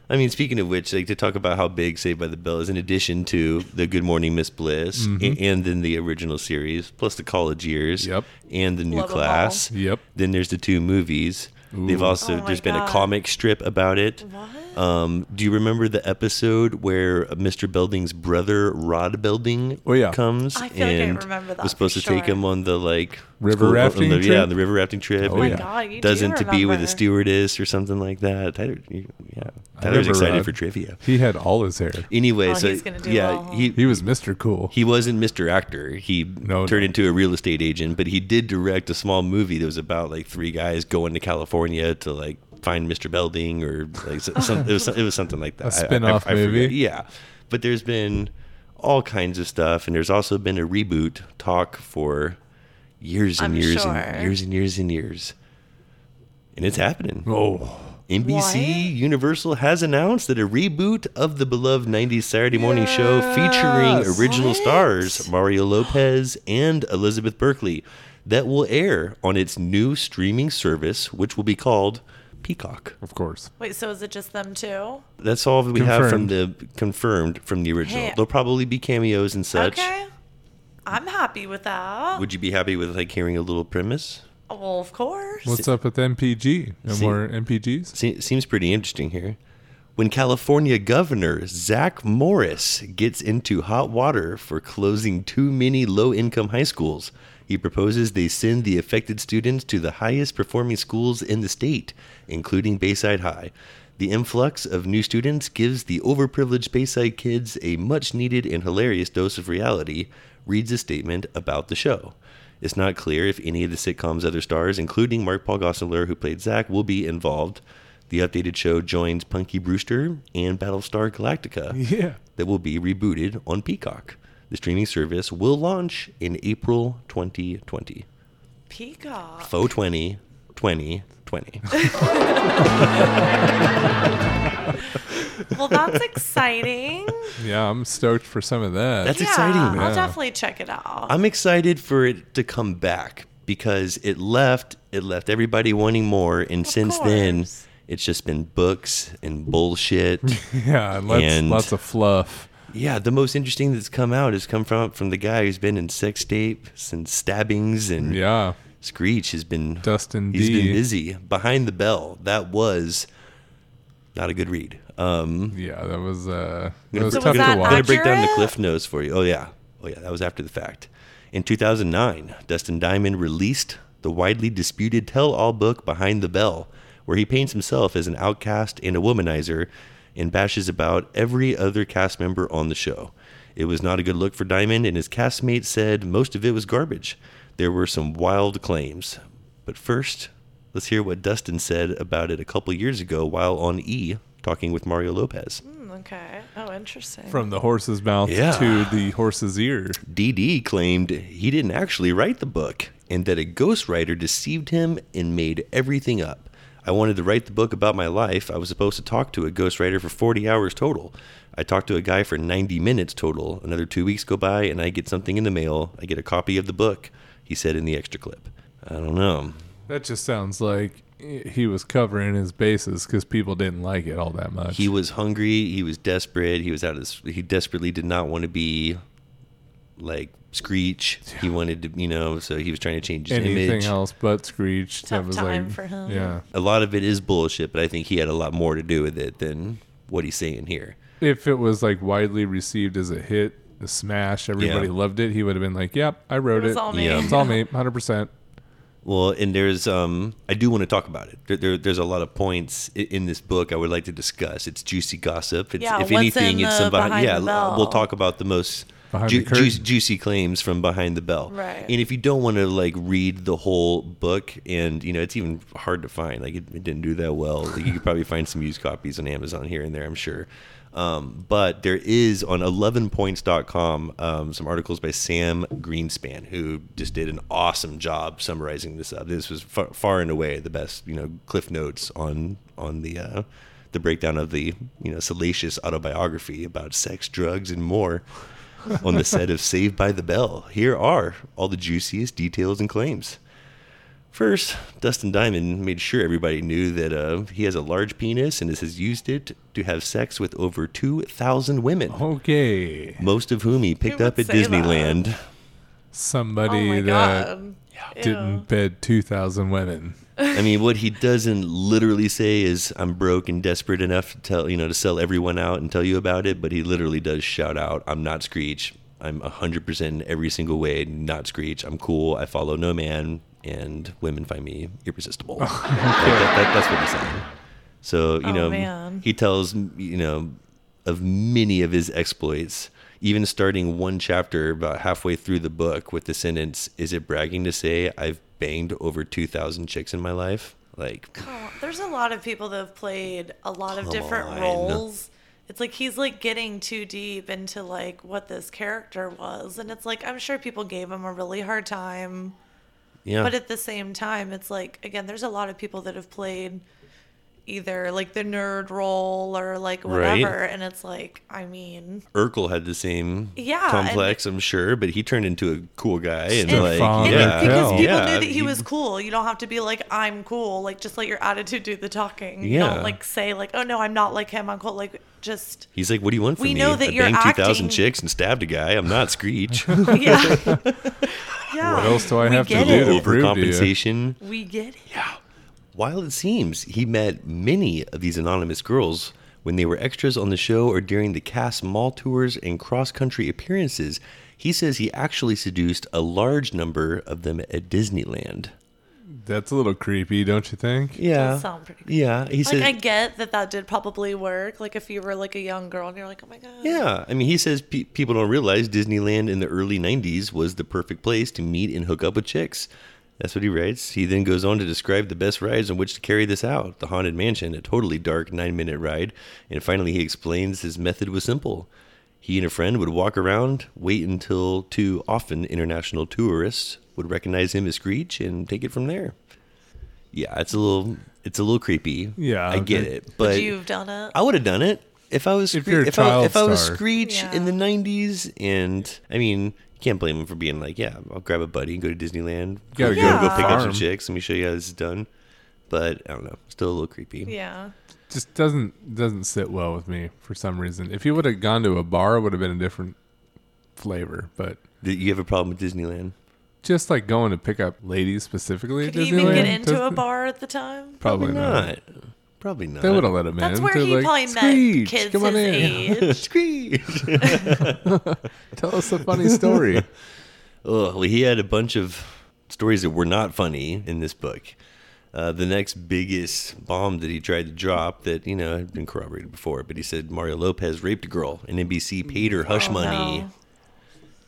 [SPEAKER 4] I mean, speaking of which, like to talk about how big Saved by the Bell is, in addition to the Good Morning Miss Bliss, a- and, then the original series, plus the college years,
[SPEAKER 6] Mm-hmm. Yep.
[SPEAKER 4] and the new
[SPEAKER 5] Love 'em
[SPEAKER 4] class.
[SPEAKER 6] Yep.
[SPEAKER 4] Then there's the two movies. They've also
[SPEAKER 5] Oh my
[SPEAKER 4] there's been
[SPEAKER 5] God.
[SPEAKER 4] a comic strip about it.
[SPEAKER 5] What?
[SPEAKER 4] Um, do you remember the episode where Mr. Belding's brother Rod Belding
[SPEAKER 6] Oh, yeah.
[SPEAKER 4] comes
[SPEAKER 5] I feel like I
[SPEAKER 4] and
[SPEAKER 5] remember that
[SPEAKER 4] was
[SPEAKER 5] for
[SPEAKER 4] supposed to take
[SPEAKER 5] sure.
[SPEAKER 4] him on the like
[SPEAKER 6] River
[SPEAKER 4] school- on
[SPEAKER 6] rafting
[SPEAKER 4] the-
[SPEAKER 6] trip?
[SPEAKER 4] Yeah, on the river rafting trip.
[SPEAKER 6] Oh,
[SPEAKER 5] Oh my
[SPEAKER 6] yeah.
[SPEAKER 5] God, you
[SPEAKER 4] doesn't
[SPEAKER 5] do
[SPEAKER 4] to be with
[SPEAKER 5] remember.
[SPEAKER 4] a stewardess or something like that. Tyler, you- yeah, Tyler's
[SPEAKER 6] remember
[SPEAKER 4] excited
[SPEAKER 6] Rod.
[SPEAKER 4] for trivia.
[SPEAKER 6] He had all his hair.
[SPEAKER 4] Anyway,
[SPEAKER 5] Oh,
[SPEAKER 4] so
[SPEAKER 5] he's gonna do
[SPEAKER 4] yeah,
[SPEAKER 5] well, huh?
[SPEAKER 4] he
[SPEAKER 6] He was Mr. Cool.
[SPEAKER 4] he wasn't Mr. Actor. He
[SPEAKER 6] No,
[SPEAKER 4] turned
[SPEAKER 6] no.
[SPEAKER 4] into a real estate agent, but he did direct a small movie that was about like three guys going to California to like find Mr. Belding or like so- some, it, was, it was something like that.
[SPEAKER 6] A spin-off
[SPEAKER 4] forget.
[SPEAKER 6] movie?
[SPEAKER 4] Yeah. But there's been all kinds of stuff, and there's also been a reboot talk for years and
[SPEAKER 5] I'm
[SPEAKER 4] years
[SPEAKER 5] sure.
[SPEAKER 4] and years and years and years. And it's happening.
[SPEAKER 6] oh,
[SPEAKER 4] NBC
[SPEAKER 5] What?
[SPEAKER 4] Universal has announced that a reboot of the beloved 90s Saturday morning show featuring original stars Mario Lopez and Elizabeth Berkley that will air on its new streaming service, which will be called Peacock.
[SPEAKER 6] of course.
[SPEAKER 5] Wait, so is it just them two?
[SPEAKER 4] That's all that we have from the confirmed from the original.
[SPEAKER 5] Hey.
[SPEAKER 4] There'll probably be cameos and such.
[SPEAKER 5] Okay. I'm happy with that.
[SPEAKER 4] Would you be happy with like hearing a little premise?
[SPEAKER 5] well, of course.
[SPEAKER 6] What's up with MPG? No
[SPEAKER 4] See-
[SPEAKER 6] more MPGs?
[SPEAKER 4] Se- seems pretty interesting here. When California Governor Zach Morris gets into hot water for closing too many low income high schools, he proposes they send the affected students to the highest performing schools in the state, including Bayside High. The influx of new students gives the overprivileged Bayside kids a much needed and hilarious dose of reality, reads a statement about the show. It's not clear if any of the sitcom's other stars, including Mark Paul Gosselaar, who played Zach, will be involved. The updated show joins Punky Brewster and Battlestar Galactica
[SPEAKER 6] Yeah.
[SPEAKER 4] that will be rebooted on Peacock. The streaming service will launch in April 2020.
[SPEAKER 5] Peacock.
[SPEAKER 4] Faux 20, 2020.
[SPEAKER 5] Well, that's exciting.
[SPEAKER 6] Yeah, I'm stoked for some of that.
[SPEAKER 4] That's
[SPEAKER 5] yeah,
[SPEAKER 4] exciting.
[SPEAKER 5] I'll
[SPEAKER 6] Yeah.
[SPEAKER 5] definitely check it out.
[SPEAKER 4] I'm excited for it to come back because it left it left everybody wanting more and since then
[SPEAKER 5] course.
[SPEAKER 4] it's just been books and bullshit.
[SPEAKER 6] yeah, and lots,
[SPEAKER 4] And-
[SPEAKER 6] lots of fluff.
[SPEAKER 4] Yeah, the most interesting that's come out has come from from the guy who's been in sex tapes and stabbings and
[SPEAKER 6] Yeah.
[SPEAKER 4] Screech has been
[SPEAKER 6] Dustin
[SPEAKER 4] He's
[SPEAKER 6] D.
[SPEAKER 4] been busy behind the bell. That was not a good read. Um,
[SPEAKER 6] Yeah, that was uh that
[SPEAKER 4] gonna break-
[SPEAKER 6] was
[SPEAKER 5] So
[SPEAKER 6] tough
[SPEAKER 5] was that
[SPEAKER 6] to
[SPEAKER 4] I'm gonna
[SPEAKER 6] watch.
[SPEAKER 4] break down the
[SPEAKER 5] accurate?
[SPEAKER 4] cliff notes for you. Oh yeah, oh yeah, that was after the fact. In 2009, Dustin Diamond released the widely disputed tell-all book Behind the Bell, where he paints himself as an outcast and a womanizer, and bashes about every other cast member on the show. It was not a good look for Diamond, and his castmates said most of it was garbage. There were some wild claims, but first, let's hear what Dustin said about it a couple years ago while on E talking with Mario Lopez.
[SPEAKER 5] okay. Oh, interesting.
[SPEAKER 6] From the horse's mouth
[SPEAKER 4] Yeah.
[SPEAKER 6] to the horse's ear.
[SPEAKER 4] DD claimed he didn't actually write the book and that a ghostwriter deceived him and made everything up. I wanted to write the book about my life. I was supposed to talk to a ghostwriter for 40 hours total. I talked to a guy for 90 minutes total. Another two weeks go by and I get something in the mail. I get a copy of the book, he said in the extra clip. I don't know.
[SPEAKER 6] That just sounds like he was covering his bases because people didn't like it all that much.
[SPEAKER 4] He was hungry. He was desperate. He was out of. His, he desperately did not want to be like Screech. He wanted to, you know, so he was trying to change his
[SPEAKER 6] Anything
[SPEAKER 4] image.
[SPEAKER 6] else but Screech. that
[SPEAKER 5] Tough
[SPEAKER 6] was
[SPEAKER 5] time
[SPEAKER 6] like,
[SPEAKER 5] for him.
[SPEAKER 6] Yeah.
[SPEAKER 4] a lot of it is bullshit, but I think he had a lot more to do with it than what he's saying here.
[SPEAKER 6] If it was like widely received as a hit, a smash, everybody
[SPEAKER 4] Yeah.
[SPEAKER 6] loved it, he would have been like, Yep, I wrote
[SPEAKER 5] It
[SPEAKER 6] it.
[SPEAKER 5] was all me.
[SPEAKER 4] Yeah.
[SPEAKER 6] It's all me, hundred percent.
[SPEAKER 4] Well, and there's um, I do want to talk about it. There, there there's a lot of points i- in this book I would like to discuss. It's juicy gossip. It's,
[SPEAKER 5] Yeah,
[SPEAKER 4] if
[SPEAKER 5] what's
[SPEAKER 4] anything,
[SPEAKER 5] in
[SPEAKER 4] it's
[SPEAKER 5] the
[SPEAKER 4] some behind,
[SPEAKER 5] Behind
[SPEAKER 4] yeah.
[SPEAKER 5] the
[SPEAKER 4] l- We'll
[SPEAKER 5] Bell?
[SPEAKER 4] talk about the most
[SPEAKER 6] Behind
[SPEAKER 4] ju-
[SPEAKER 6] the curtain.
[SPEAKER 4] juic- juicy claims from behind the bell.
[SPEAKER 5] Right.
[SPEAKER 4] And if you don't want to like read the whole book, and you know it's even hard to find. Like it, it didn't do that well. Like, you could probably find some used copies on Amazon here and there. I'm sure. Um, but there is on 11points.com um, some articles by Sam Greenspan, who just did an awesome job summarizing this up. This was far, far and away the best, you know, cliff notes on on the uh, the breakdown of the you know salacious autobiography about sex, drugs, and more on the set of Saved by the Bell. Here are all the juiciest details and claims. First, Dustin Diamond made sure everybody knew that uh, he has a large penis and has used it to have sex with over 2,000 women,
[SPEAKER 6] Okay.
[SPEAKER 4] most of whom he picked
[SPEAKER 5] Oh. Who
[SPEAKER 4] up at
[SPEAKER 5] would say that?
[SPEAKER 4] Disneyland.
[SPEAKER 5] Oh
[SPEAKER 6] Somebody
[SPEAKER 5] my
[SPEAKER 6] that
[SPEAKER 5] god.
[SPEAKER 6] didn't bed 2,000 women.
[SPEAKER 4] I mean, what he doesn't literally say is, "I'm broke and desperate enough to tell you know to sell everyone out and tell you about it," but he literally does shout out, "I'm not Screech. I'm hundred percent every single way not Screech. I'm cool. I follow no man, and women find me irresistible." Like, that- that- that's what he's saying. So you know,
[SPEAKER 5] Oh, man.
[SPEAKER 4] he tells you know of many of his exploits. Even starting one chapter about halfway through the book with the sentence, "Is it bragging to say I've banged over two thousand chicks in my life?" Like,
[SPEAKER 5] Oh, there's a lot of people that have played a lot of
[SPEAKER 4] Come
[SPEAKER 5] different
[SPEAKER 4] on.
[SPEAKER 5] roles. It's like he's like getting too deep into like what this character was, and it's like I'm sure people gave him a really hard time,
[SPEAKER 4] yeah,
[SPEAKER 5] but at the same time, it's like again, there's a lot of people that have played either like the nerd role or like
[SPEAKER 4] Right.
[SPEAKER 5] whatever, and it's like I mean,
[SPEAKER 4] Urkel had the same
[SPEAKER 5] Yeah, and-
[SPEAKER 4] complex, I'm sure, but he turned into a cool guy and
[SPEAKER 5] And-
[SPEAKER 4] like,
[SPEAKER 6] Stefan
[SPEAKER 5] and
[SPEAKER 4] yeah,
[SPEAKER 5] it's because
[SPEAKER 6] Hell.
[SPEAKER 5] people
[SPEAKER 4] yeah,
[SPEAKER 5] knew that he was cool. You don't have to be like, I'm cool. Like, just let your attitude do the talking. You
[SPEAKER 4] Yeah.
[SPEAKER 5] don't like say like, oh no, I'm not like him. I'm cool. Like, just
[SPEAKER 4] He's like, "What do you want from
[SPEAKER 5] We
[SPEAKER 4] me?
[SPEAKER 5] know that
[SPEAKER 4] I
[SPEAKER 5] you're
[SPEAKER 4] banged two thousand
[SPEAKER 5] acting-
[SPEAKER 4] chicks and stabbed a guy. I'm not Screech."
[SPEAKER 5] yeah, yeah.
[SPEAKER 6] What else do I
[SPEAKER 5] We
[SPEAKER 6] have to
[SPEAKER 5] get
[SPEAKER 6] do
[SPEAKER 5] it.
[SPEAKER 6] to prove to you?
[SPEAKER 4] Overcompensation.
[SPEAKER 5] We get it.
[SPEAKER 4] While it seems he met many of these anonymous girls when they were extras on the show or during the cast mall tours and cross country appearances, he says he actually seduced a large number of them at Disneyland.
[SPEAKER 6] That's a little creepy, don't you think?
[SPEAKER 4] Yeah.
[SPEAKER 5] Does sound pretty good.
[SPEAKER 4] Yeah. He
[SPEAKER 5] Like,
[SPEAKER 4] says,
[SPEAKER 5] I get that that did probably work. Like, if you were like a young girl and you're like, oh my god,
[SPEAKER 4] yeah. I mean, he says pe- people don't realize Disneyland in the early 90s was the perfect place to meet and hook up with chicks. That's what he writes. He then goes on to describe the best rides on which to carry this out the Haunted Mansion, a totally dark nine minute ride. And finally, he explains his method was simple. He and a friend would walk around, wait until two often international tourists would recognize him as Screech, and take it from there. Yeah, it's a little, it's a little creepy.
[SPEAKER 6] Yeah,
[SPEAKER 4] I get
[SPEAKER 6] okay.
[SPEAKER 4] it, but
[SPEAKER 5] you've done it.
[SPEAKER 4] I would have done it if I was
[SPEAKER 6] If
[SPEAKER 4] if,
[SPEAKER 6] you're a
[SPEAKER 4] if, I,
[SPEAKER 6] child
[SPEAKER 4] if I was
[SPEAKER 6] star.
[SPEAKER 4] Screech in the
[SPEAKER 5] Yeah.
[SPEAKER 4] '90s, and I mean, you can't blame him for being like, "Yeah, I'll grab a buddy and go to Disneyland.
[SPEAKER 6] gotta
[SPEAKER 4] Go-
[SPEAKER 6] go
[SPEAKER 5] to
[SPEAKER 4] go,
[SPEAKER 5] the
[SPEAKER 4] pick up some
[SPEAKER 6] farm."
[SPEAKER 4] chicks. Let me show you how this is done." But I don't know, still a little creepy.
[SPEAKER 5] yeah,
[SPEAKER 6] Just doesn't doesn't sit well with me for some reason. If he would have gone to a bar, it would have been a different flavor. But
[SPEAKER 4] Th- You have a problem with Disneyland?
[SPEAKER 6] just like going to pick up ladies specifically
[SPEAKER 5] Did
[SPEAKER 6] at
[SPEAKER 5] he even
[SPEAKER 6] Disneyland
[SPEAKER 5] get into a
[SPEAKER 6] doesn't-
[SPEAKER 5] bar at the time?
[SPEAKER 6] Probably not.
[SPEAKER 4] Probably not.
[SPEAKER 6] They would have let him
[SPEAKER 5] That's
[SPEAKER 6] in.
[SPEAKER 5] where
[SPEAKER 6] They're
[SPEAKER 5] he
[SPEAKER 6] like,
[SPEAKER 5] probably met
[SPEAKER 6] "Screech,
[SPEAKER 5] kids
[SPEAKER 6] come on
[SPEAKER 5] his
[SPEAKER 6] in.
[SPEAKER 5] age.
[SPEAKER 4] Screech.
[SPEAKER 6] Tell us a funny story.
[SPEAKER 4] Ugh, well, he had a bunch of stories that were not funny in this book. Uh, the next biggest bomb that he tried to drop that, you know, had been corroborated before, but he said Mario Lopez raped a girl and NBC paid her hush money.
[SPEAKER 5] no.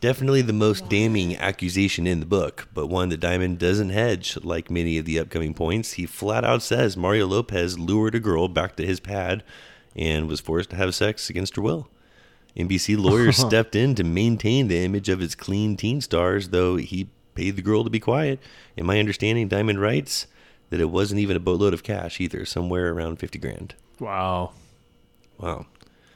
[SPEAKER 4] Definitely the most damning accusation in the book, but one that Diamond doesn't hedge like many of the upcoming points. He flat out says Mario Lopez lured a girl back to his pad and was forced to have sex against her will. NBC lawyers stepped in to maintain the image of its clean teen stars, though he paid the girl to be quiet. In my understanding, Diamond writes that it wasn't even a boatload of cash either, somewhere around 50 grand.
[SPEAKER 6] Wow.
[SPEAKER 4] Wow.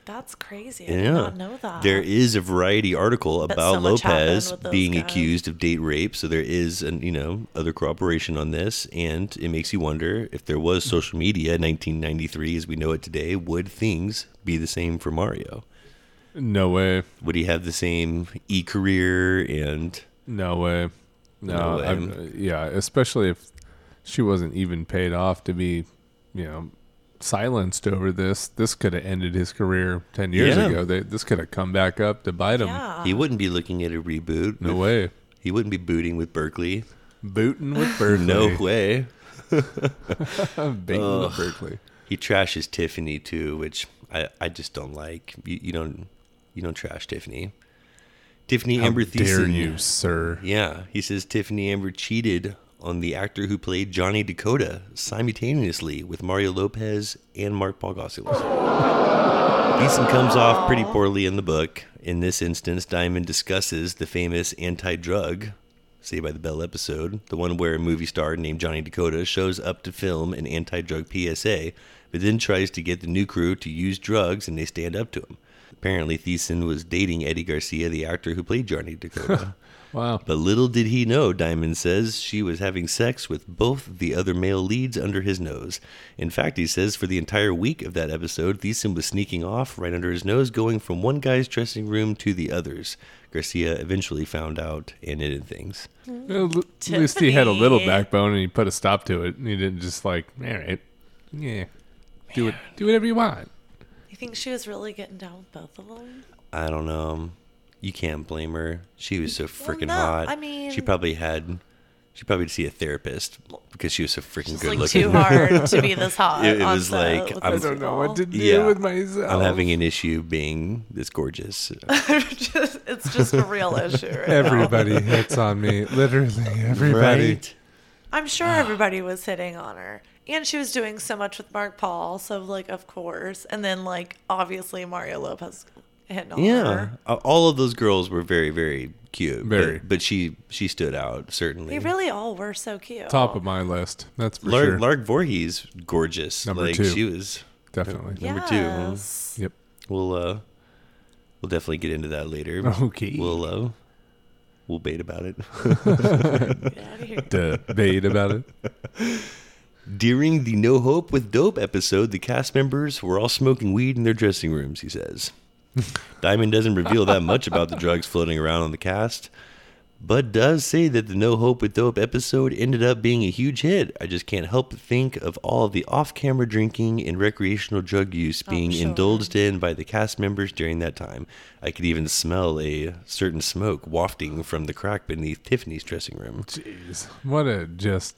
[SPEAKER 5] That's crazy. I
[SPEAKER 4] Yeah. e-
[SPEAKER 5] did not know that.
[SPEAKER 4] There is a variety article
[SPEAKER 5] Bet
[SPEAKER 4] about
[SPEAKER 5] so much happened
[SPEAKER 4] Lopez
[SPEAKER 5] with those
[SPEAKER 4] being
[SPEAKER 5] guys.
[SPEAKER 4] accused of date rape, so there is an you know other corroboration on this, and it makes you wonder if there was social media in 1993 as we know it today, would things be the same for Mario?
[SPEAKER 6] No way.
[SPEAKER 4] Would he have the same e career and
[SPEAKER 6] No way. No.
[SPEAKER 4] No way.
[SPEAKER 6] I'm- yeah, especially if she wasn't even paid off to be, you know, silenced over this. This could have ended his career 10 years
[SPEAKER 4] Yeah.
[SPEAKER 6] ago. They, this could have come back up to bite him.
[SPEAKER 5] yeah.
[SPEAKER 4] he wouldn't be looking at a reboot?
[SPEAKER 6] No
[SPEAKER 4] with-
[SPEAKER 6] way.
[SPEAKER 4] He wouldn't be booting with Berkeley.
[SPEAKER 6] Booting with Berkeley.
[SPEAKER 4] No way.
[SPEAKER 6] Booting with Berkeley.
[SPEAKER 4] He trashes Tiffany too, which I, I just don't like. You, you don't you don't trash Tiffany. Tiffany
[SPEAKER 6] How
[SPEAKER 4] Amber
[SPEAKER 6] dare
[SPEAKER 4] Thiessen.
[SPEAKER 6] you, sir?
[SPEAKER 4] Yeah, he says Tiffany Amber cheated on the actor who played Johnny Dakota simultaneously with Mario Lopez and Mark Paul Gosselaar. Beeson comes off pretty poorly in the book. In this instance, Diamond discusses the famous anti drug Saved by the Bell episode, the one where a movie star named Johnny Dakota shows up to film an anti drug PSA, but then tries to get the new crew to use drugs and they stand up to him. Apparently, Thiessen was dating Eddie Garcia, the actor who played Johnny Dakota.
[SPEAKER 6] Wow.
[SPEAKER 4] but little did he know, Diamond says, she was having sex with both of the other male leads under his nose. In fact, he says for the entire week of that episode, Thiessen was sneaking off right under his nose, going from one guy's dressing room to the other's. Garcia eventually found out and ended things.
[SPEAKER 6] Well, l- at least he had a little
[SPEAKER 5] Tiffany.
[SPEAKER 6] backbone and he put a stop to it. And he didn't just like, all right, yeah, do it, do whatever you want.
[SPEAKER 5] You think she was really getting down with both of them?
[SPEAKER 4] I don't know. You can't blame her. She was so freaking
[SPEAKER 5] no,
[SPEAKER 4] hot.
[SPEAKER 5] I mean-
[SPEAKER 4] she probably had. She probably had to see a therapist because she was so freaking
[SPEAKER 5] It's
[SPEAKER 4] good
[SPEAKER 5] like
[SPEAKER 4] looking.
[SPEAKER 5] too hard to be this hot.
[SPEAKER 4] It- it
[SPEAKER 5] on
[SPEAKER 4] was
[SPEAKER 5] set
[SPEAKER 4] like,
[SPEAKER 5] with
[SPEAKER 4] I'm-
[SPEAKER 5] those
[SPEAKER 4] I
[SPEAKER 6] I don't know what to
[SPEAKER 5] people.
[SPEAKER 6] do
[SPEAKER 4] Yeah.
[SPEAKER 6] with myself.
[SPEAKER 4] I'm having an issue being this gorgeous.
[SPEAKER 5] Just- it's just a real issue. Right now.
[SPEAKER 6] everybody hits on me. Literally everybody.
[SPEAKER 5] I'm sure everybody was hitting on her. And she was doing so much with Mark Paul, so like of course. And then like obviously Mario Lopez hitting on
[SPEAKER 4] Yeah.
[SPEAKER 5] her.
[SPEAKER 4] Uh, All of those girls were very, very cute. but-
[SPEAKER 6] Very.
[SPEAKER 4] But, she she stood out certainly.
[SPEAKER 5] They really all were so cute.
[SPEAKER 6] Top of my list. That's for
[SPEAKER 4] Lark,
[SPEAKER 6] sure.
[SPEAKER 4] Lark Voorhees, gorgeous.
[SPEAKER 6] Number
[SPEAKER 4] like
[SPEAKER 6] two.
[SPEAKER 4] she was.
[SPEAKER 6] Definitely.
[SPEAKER 4] number two, huh?
[SPEAKER 5] Yes.
[SPEAKER 6] Yep.
[SPEAKER 4] We'll uh, we'll definitely get into that later.
[SPEAKER 6] Okay.
[SPEAKER 4] We'll uh, we'll bait about it.
[SPEAKER 5] Get out of here.
[SPEAKER 6] Debate about it.
[SPEAKER 4] During the No Hope with Dope episode, the cast members were all smoking weed in their dressing rooms, he says. Diamond doesn't reveal that much about the drugs floating around on the cast, but does say that the No Hope with Dope episode ended up being a huge hit. I just can't help but think of all the off camera drinking and recreational drug use being
[SPEAKER 5] sure.
[SPEAKER 4] indulged in by the cast members during that time. I could even smell a certain smoke wafting from the crack beneath Tiffany's dressing room.
[SPEAKER 6] Jeez. What a just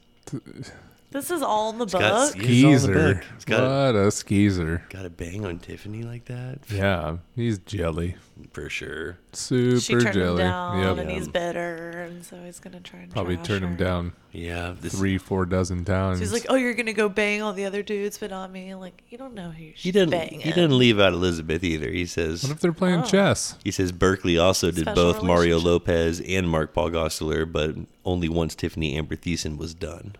[SPEAKER 5] This is all in the book.
[SPEAKER 4] got- yeah. He's all in the
[SPEAKER 6] skeezer.
[SPEAKER 4] book. He's got
[SPEAKER 6] What a skeezer.
[SPEAKER 4] Got a bang on Tiffany like that?
[SPEAKER 6] Yeah. He's jelly.
[SPEAKER 4] For sure.
[SPEAKER 6] Super
[SPEAKER 5] she turned
[SPEAKER 6] jelly.
[SPEAKER 5] him down
[SPEAKER 6] yep.
[SPEAKER 5] and he's bitter and so he's gonna try and
[SPEAKER 6] Probably
[SPEAKER 5] trash
[SPEAKER 6] turned him
[SPEAKER 5] her.
[SPEAKER 6] down
[SPEAKER 4] Yeah, this
[SPEAKER 6] three, four dozen times.
[SPEAKER 5] She's like, Oh, you're gonna go bang all the other dudes but not me like you don't know who you
[SPEAKER 4] He
[SPEAKER 5] should
[SPEAKER 4] didn't.
[SPEAKER 5] bang.
[SPEAKER 4] He didn't leave out Elizabeth either. He
[SPEAKER 6] What
[SPEAKER 4] says.
[SPEAKER 6] if they're playing
[SPEAKER 5] oh.
[SPEAKER 6] chess?
[SPEAKER 4] He says Berkeley also did
[SPEAKER 5] Special
[SPEAKER 4] both Mario
[SPEAKER 5] relationship.
[SPEAKER 4] Lopez and Mark Paul Gosselaar, but only once Tiffany Amber Thiessen was done.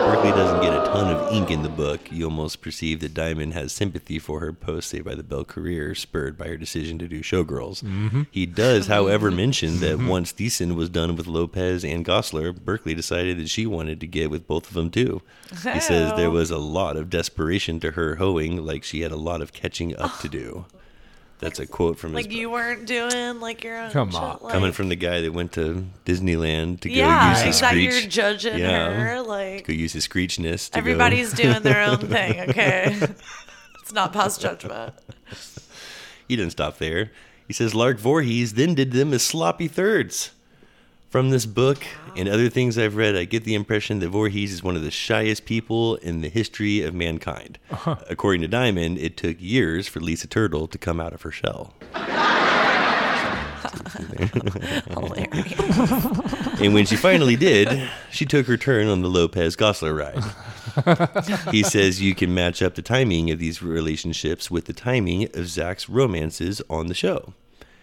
[SPEAKER 4] Berkeley doesn't get a ton of ink in the book. You almost perceive that Diamond has sympathy for her post Saved by the Bell career, spurred by her decision to do Showgirls. He does, however, mention that once Thiessen was done with Lopez and Gosselaar, Berkeley decided that she wanted to get with both of them too. He says there
[SPEAKER 5] Hell.
[SPEAKER 4] was a lot of desperation to her hoeing, like she had a lot of catching up to do. That's a quote from his
[SPEAKER 5] Like you
[SPEAKER 4] book.
[SPEAKER 5] weren't doing like your own
[SPEAKER 6] Come
[SPEAKER 5] shit,
[SPEAKER 6] on.
[SPEAKER 5] like-
[SPEAKER 4] coming from the guy that went to Disneyland to go
[SPEAKER 5] yeah,
[SPEAKER 4] use his
[SPEAKER 5] exactly.
[SPEAKER 4] screech.
[SPEAKER 5] You're judging
[SPEAKER 4] Yeah.
[SPEAKER 5] her like
[SPEAKER 4] Go use his screechness. To go-
[SPEAKER 5] Everybody's doing their own thing, okay? it's not past judgment.
[SPEAKER 4] He didn't stop there. He says Lark Voorhees then did them as sloppy thirds. From this book and other things I've read, I get the impression that Voorhees is one of the shyest people in the history of mankind. According to Diamond, it took years for Lisa Turtle to come out of her shell.
[SPEAKER 5] Hilarious.
[SPEAKER 4] And when she finally did, she took her turn on the Lopez Gosler ride. he says you can match up the timing of these relationships with the timing of Zach's romances on the show.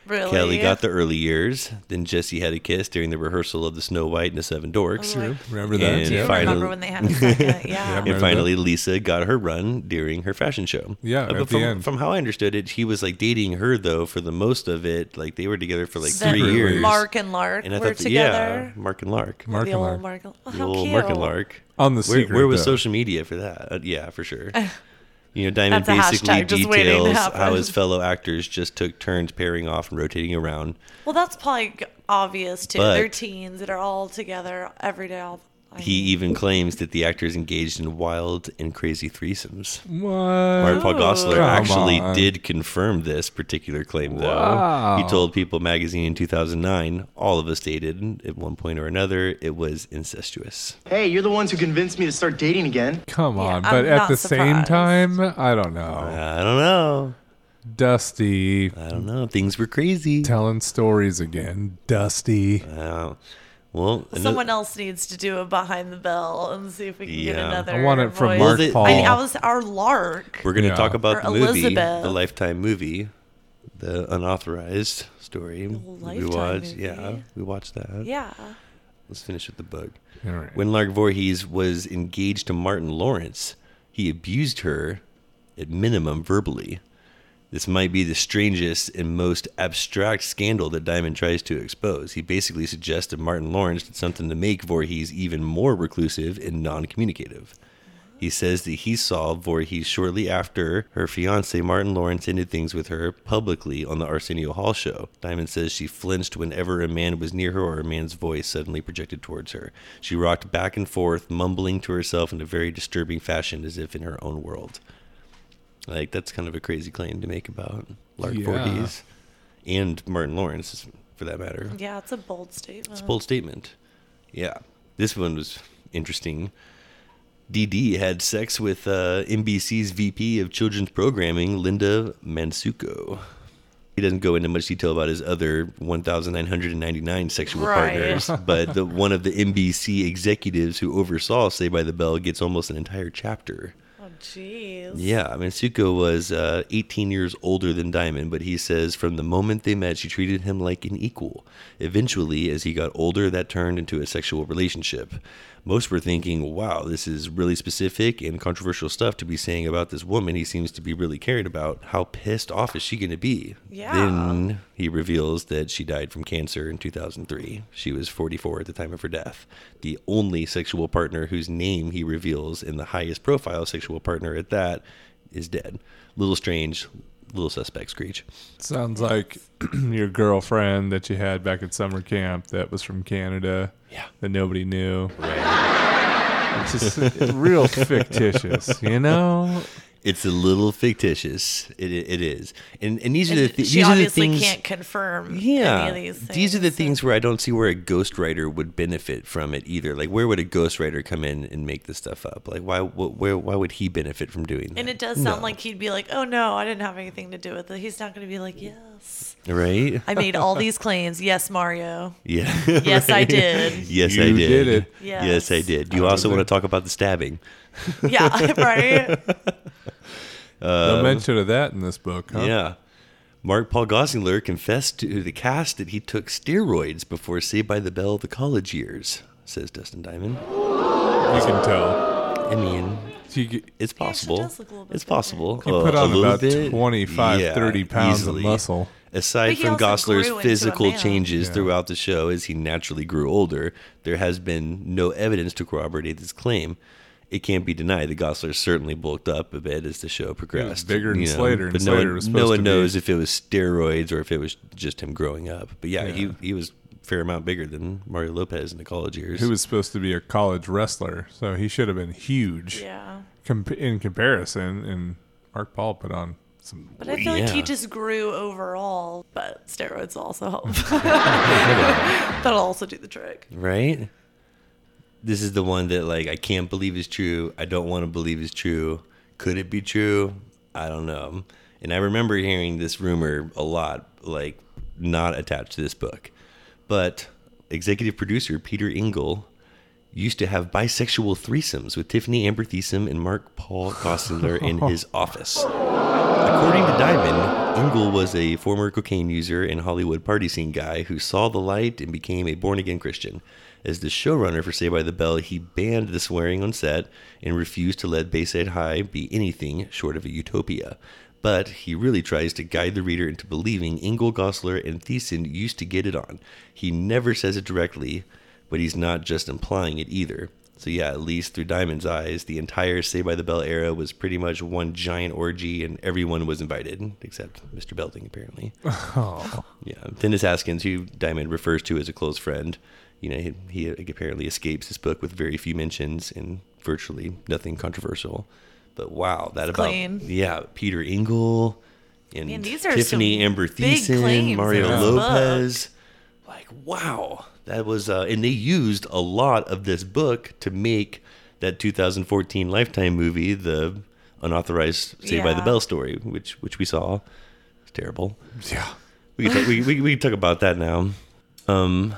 [SPEAKER 5] Really?
[SPEAKER 4] Kelly got the early years, then Jesse had a kiss during the rehearsal of the Snow White and the Seven Dorks.
[SPEAKER 5] Oh, like,
[SPEAKER 6] Remember
[SPEAKER 4] that?
[SPEAKER 6] that?
[SPEAKER 4] And
[SPEAKER 5] do you
[SPEAKER 4] final-
[SPEAKER 5] remember when they had a second? Yeah.
[SPEAKER 4] And finally, Lisa got her run during her fashion show.
[SPEAKER 6] Yeah,
[SPEAKER 4] Uh, but
[SPEAKER 6] at the
[SPEAKER 4] from,
[SPEAKER 6] end.
[SPEAKER 4] from how I understood it, he was like dating her though for the most of it. Like they were together for like
[SPEAKER 5] Then
[SPEAKER 4] three years.
[SPEAKER 5] Mark and Lark
[SPEAKER 4] and I
[SPEAKER 5] were
[SPEAKER 4] thought, that- yeah,
[SPEAKER 5] together.
[SPEAKER 4] Mark and Lark,
[SPEAKER 6] Mark
[SPEAKER 5] the
[SPEAKER 6] and
[SPEAKER 5] old
[SPEAKER 6] Lark.
[SPEAKER 5] Mark. and- Oh,
[SPEAKER 4] the
[SPEAKER 5] how
[SPEAKER 4] old
[SPEAKER 5] cute.
[SPEAKER 4] Mark and Lark.
[SPEAKER 6] On the
[SPEAKER 4] Where,
[SPEAKER 6] secret.
[SPEAKER 4] where was
[SPEAKER 6] though.
[SPEAKER 4] social media for that? Uh, yeah, for sure. You know, Diamond
[SPEAKER 5] That's a
[SPEAKER 4] basically
[SPEAKER 5] hashtag just waiting to
[SPEAKER 4] details how
[SPEAKER 5] happen.
[SPEAKER 4] his fellow actors just took turns pairing off and rotating around.
[SPEAKER 5] Well, that's probably g- obvious too.
[SPEAKER 4] But-
[SPEAKER 5] They're teens that are all together every day. All I
[SPEAKER 4] He
[SPEAKER 5] mean,
[SPEAKER 4] even claims that the actors engaged in wild and crazy threesomes.
[SPEAKER 6] What?
[SPEAKER 4] Mark Paul Gosselaar
[SPEAKER 6] Come
[SPEAKER 4] actually
[SPEAKER 6] on.
[SPEAKER 4] did confirm this particular claim, though.
[SPEAKER 6] Wow.
[SPEAKER 4] He told People magazine in 2009, all of us dated at one point or another, it was incestuous.
[SPEAKER 8] Hey, you're the ones who convinced me to start dating again.
[SPEAKER 6] Come on,
[SPEAKER 5] I'm
[SPEAKER 6] but at
[SPEAKER 5] not
[SPEAKER 6] the same
[SPEAKER 5] surprised.
[SPEAKER 6] time, I don't know.
[SPEAKER 4] Uh, I don't know.
[SPEAKER 6] Dusty
[SPEAKER 4] I don't know. Things were crazy.
[SPEAKER 6] telling stories again. Dusty.
[SPEAKER 4] Uh, well, ano-
[SPEAKER 5] someone else needs to do a behind the bell and see if we can get
[SPEAKER 4] Yeah. I
[SPEAKER 5] another.
[SPEAKER 6] want it from
[SPEAKER 5] voice.
[SPEAKER 6] Mark
[SPEAKER 4] Well, they-
[SPEAKER 6] Paul.
[SPEAKER 5] I mean, I was our Lark.
[SPEAKER 4] we're going to
[SPEAKER 6] Yeah.
[SPEAKER 4] talk about the
[SPEAKER 5] Or
[SPEAKER 4] movie,
[SPEAKER 5] Elizabeth.
[SPEAKER 4] the Lifetime movie, the unauthorized story. we
[SPEAKER 5] Lifetime
[SPEAKER 4] watched,
[SPEAKER 5] movie.
[SPEAKER 4] yeah, we watched that.
[SPEAKER 5] Yeah.
[SPEAKER 4] Let's finish with the book.
[SPEAKER 6] All right.
[SPEAKER 4] When Lark Voorhees was engaged to Martin Lawrence, he abused her at minimum verbally. This might be the strangest and most abstract scandal that Diamond tries to expose. He basically suggested Martin Lawrence did something to make Voorhees even more reclusive and non communicative. He says that he saw Voorhees shortly after her fiance Martin Lawrence ended things with her publicly on the Arsenio Hall show. Diamond says she flinched whenever a man was near her or a man's voice suddenly projected towards her. She rocked back and forth, mumbling to herself in a very disturbing fashion as if in her own world. Like that's kind of a crazy claim to make about Lark
[SPEAKER 6] Yeah.
[SPEAKER 4] Voorhees and Martin Lawrence, for that matter.
[SPEAKER 5] Yeah, it's a bold statement.
[SPEAKER 4] It's a bold statement. Yeah. This one was interesting. DD had sex with uh, NBC's VP of Children's Programming, Linda Mansuko. He doesn't go into much detail about his other 1,999 sexual
[SPEAKER 5] Right.
[SPEAKER 4] partners, but the, one of the NBC executives who oversaw Say by the Bell gets almost an entire chapter.
[SPEAKER 5] Oh, jeez.
[SPEAKER 4] Yeah, Mansuko was uh, 18 years older than Diamond, but he says from the moment they met, she treated him like an equal. Eventually, as he got older, that turned into a sexual relationship. Most were thinking, wow, this is really specific and controversial stuff to be saying about this woman he seems to be really caring about. How pissed off is she going to be?
[SPEAKER 5] Yeah.
[SPEAKER 4] Then he reveals that she died from cancer in 2003. She was 44 at the time of her death. The only sexual partner whose name he reveals and the highest profile sexual partner at that is dead. Little strange, little suspect screech.
[SPEAKER 6] Sounds like your girlfriend that you had back at summer camp that was from Canada.
[SPEAKER 4] Yeah.
[SPEAKER 6] That nobody knew. It's just real fictitious, you know?
[SPEAKER 4] It's a little fictitious. It, it is. And, and these are the,
[SPEAKER 5] And
[SPEAKER 4] thi-
[SPEAKER 5] she
[SPEAKER 4] these are the
[SPEAKER 5] obviously
[SPEAKER 4] things.
[SPEAKER 5] can't confirm
[SPEAKER 4] yeah,
[SPEAKER 5] any of these things.
[SPEAKER 4] are the things where I don't see where a ghostwriter would benefit from it either. Like, where would a ghostwriter come in and make this stuff up? Like, why? Wh- where? Why would he benefit from doing that?
[SPEAKER 5] And it does sound
[SPEAKER 4] No.
[SPEAKER 5] like he'd be like, oh no, I didn't have anything to do with it. He's not going to be like, yes,
[SPEAKER 4] right?
[SPEAKER 5] I made all these claims. Yes, Mario.
[SPEAKER 4] Yeah.
[SPEAKER 5] Yes, I did.
[SPEAKER 4] Yes,
[SPEAKER 6] You
[SPEAKER 4] I did.
[SPEAKER 6] did it.
[SPEAKER 5] Yes.
[SPEAKER 4] Yes, I did. You also want to talk about the stabbing?
[SPEAKER 5] Yeah, right?
[SPEAKER 6] no mention of that in this book, huh?
[SPEAKER 4] Yeah. Mark Paul Gosselaar confessed to the cast that he took steroids before Saved by the Bell the college years, says Dustin Diamond.
[SPEAKER 6] You can tell.
[SPEAKER 4] I mean,
[SPEAKER 6] He, g-
[SPEAKER 4] it's
[SPEAKER 5] actually
[SPEAKER 4] possible.
[SPEAKER 5] does look a little bit
[SPEAKER 4] it's
[SPEAKER 5] bigger.
[SPEAKER 4] possible.
[SPEAKER 6] he
[SPEAKER 4] Uh,
[SPEAKER 6] put
[SPEAKER 4] a
[SPEAKER 6] on
[SPEAKER 4] little
[SPEAKER 6] about
[SPEAKER 4] bit.
[SPEAKER 6] twenty five,
[SPEAKER 4] Yeah,
[SPEAKER 6] thirty 25, 30 pounds
[SPEAKER 4] easily.
[SPEAKER 6] of muscle.
[SPEAKER 4] Aside
[SPEAKER 5] But he
[SPEAKER 4] from
[SPEAKER 5] also
[SPEAKER 4] Gosler's
[SPEAKER 5] grew into a
[SPEAKER 4] physical
[SPEAKER 5] man.
[SPEAKER 4] changes throughout the show as he naturally grew older, there has been no evidence to corroborate this claim. It can't be denied that Gosler certainly bulked up a bit as the show progressed.
[SPEAKER 6] bigger than
[SPEAKER 4] you know,
[SPEAKER 6] Slater, and
[SPEAKER 4] but no
[SPEAKER 6] Slater
[SPEAKER 4] one,
[SPEAKER 6] was
[SPEAKER 4] no
[SPEAKER 6] supposed
[SPEAKER 4] one
[SPEAKER 6] to be-
[SPEAKER 4] knows if it was steroids or if it was just him growing up. But yeah,
[SPEAKER 6] Yeah.
[SPEAKER 4] he he was a fair amount bigger than Mario Lopez in the college years.
[SPEAKER 6] Who was supposed to be a college wrestler, so he should have been huge
[SPEAKER 5] yeah.
[SPEAKER 6] com- in comparison. And Mark Paul put on some.
[SPEAKER 5] But I feel like he
[SPEAKER 4] Yeah.
[SPEAKER 5] just grew overall, but steroids will also help. That'll also do the trick.
[SPEAKER 4] right? This is the one that like I can't believe is true. I don't want to believe is true. Could it be true? I don't know. And I remember hearing this rumor a lot, like not attached to this book. But executive producer Peter Engel used to have bisexual threesomes with Tiffany Amber Thiessen and Mark Paul Costler in his office. According to Diamond, Engel was a former cocaine user and Hollywood party scene guy who saw the light and became a born again Christian. As the showrunner for Say by the Bell, he banned the swearing on set and refused to let Bayside High be anything short of a utopia. But he really tries to guide the reader into believing Engel, Gosler, and Thiessen used to get it on. He never says it directly, but he's not just implying it either. So yeah, at least through Diamond's eyes, the entire Say by the Bell era was pretty much one giant orgy, and everyone was invited except Mr. Belding, apparently.
[SPEAKER 5] Oh.
[SPEAKER 4] Yeah, Dennis Haskins, who Diamond refers to as a close friend, you know, he, he apparently escapes this book with very few mentions and virtually nothing controversial. But wow, that about
[SPEAKER 5] clean.
[SPEAKER 4] yeah, Peter Engel and
[SPEAKER 5] Man, these are
[SPEAKER 4] Tiffany
[SPEAKER 5] some
[SPEAKER 4] Amber
[SPEAKER 5] big
[SPEAKER 4] Thiessen,
[SPEAKER 5] claims
[SPEAKER 4] Mario
[SPEAKER 5] in this
[SPEAKER 4] Lopez like wow that was uh, and they used a lot of this book to make that 2014 lifetime movie the unauthorized saved by the
[SPEAKER 5] Yeah.
[SPEAKER 4] bell story which which we saw it's terrible
[SPEAKER 6] Yeah.
[SPEAKER 4] we can talk, we, we, we can talk about that now um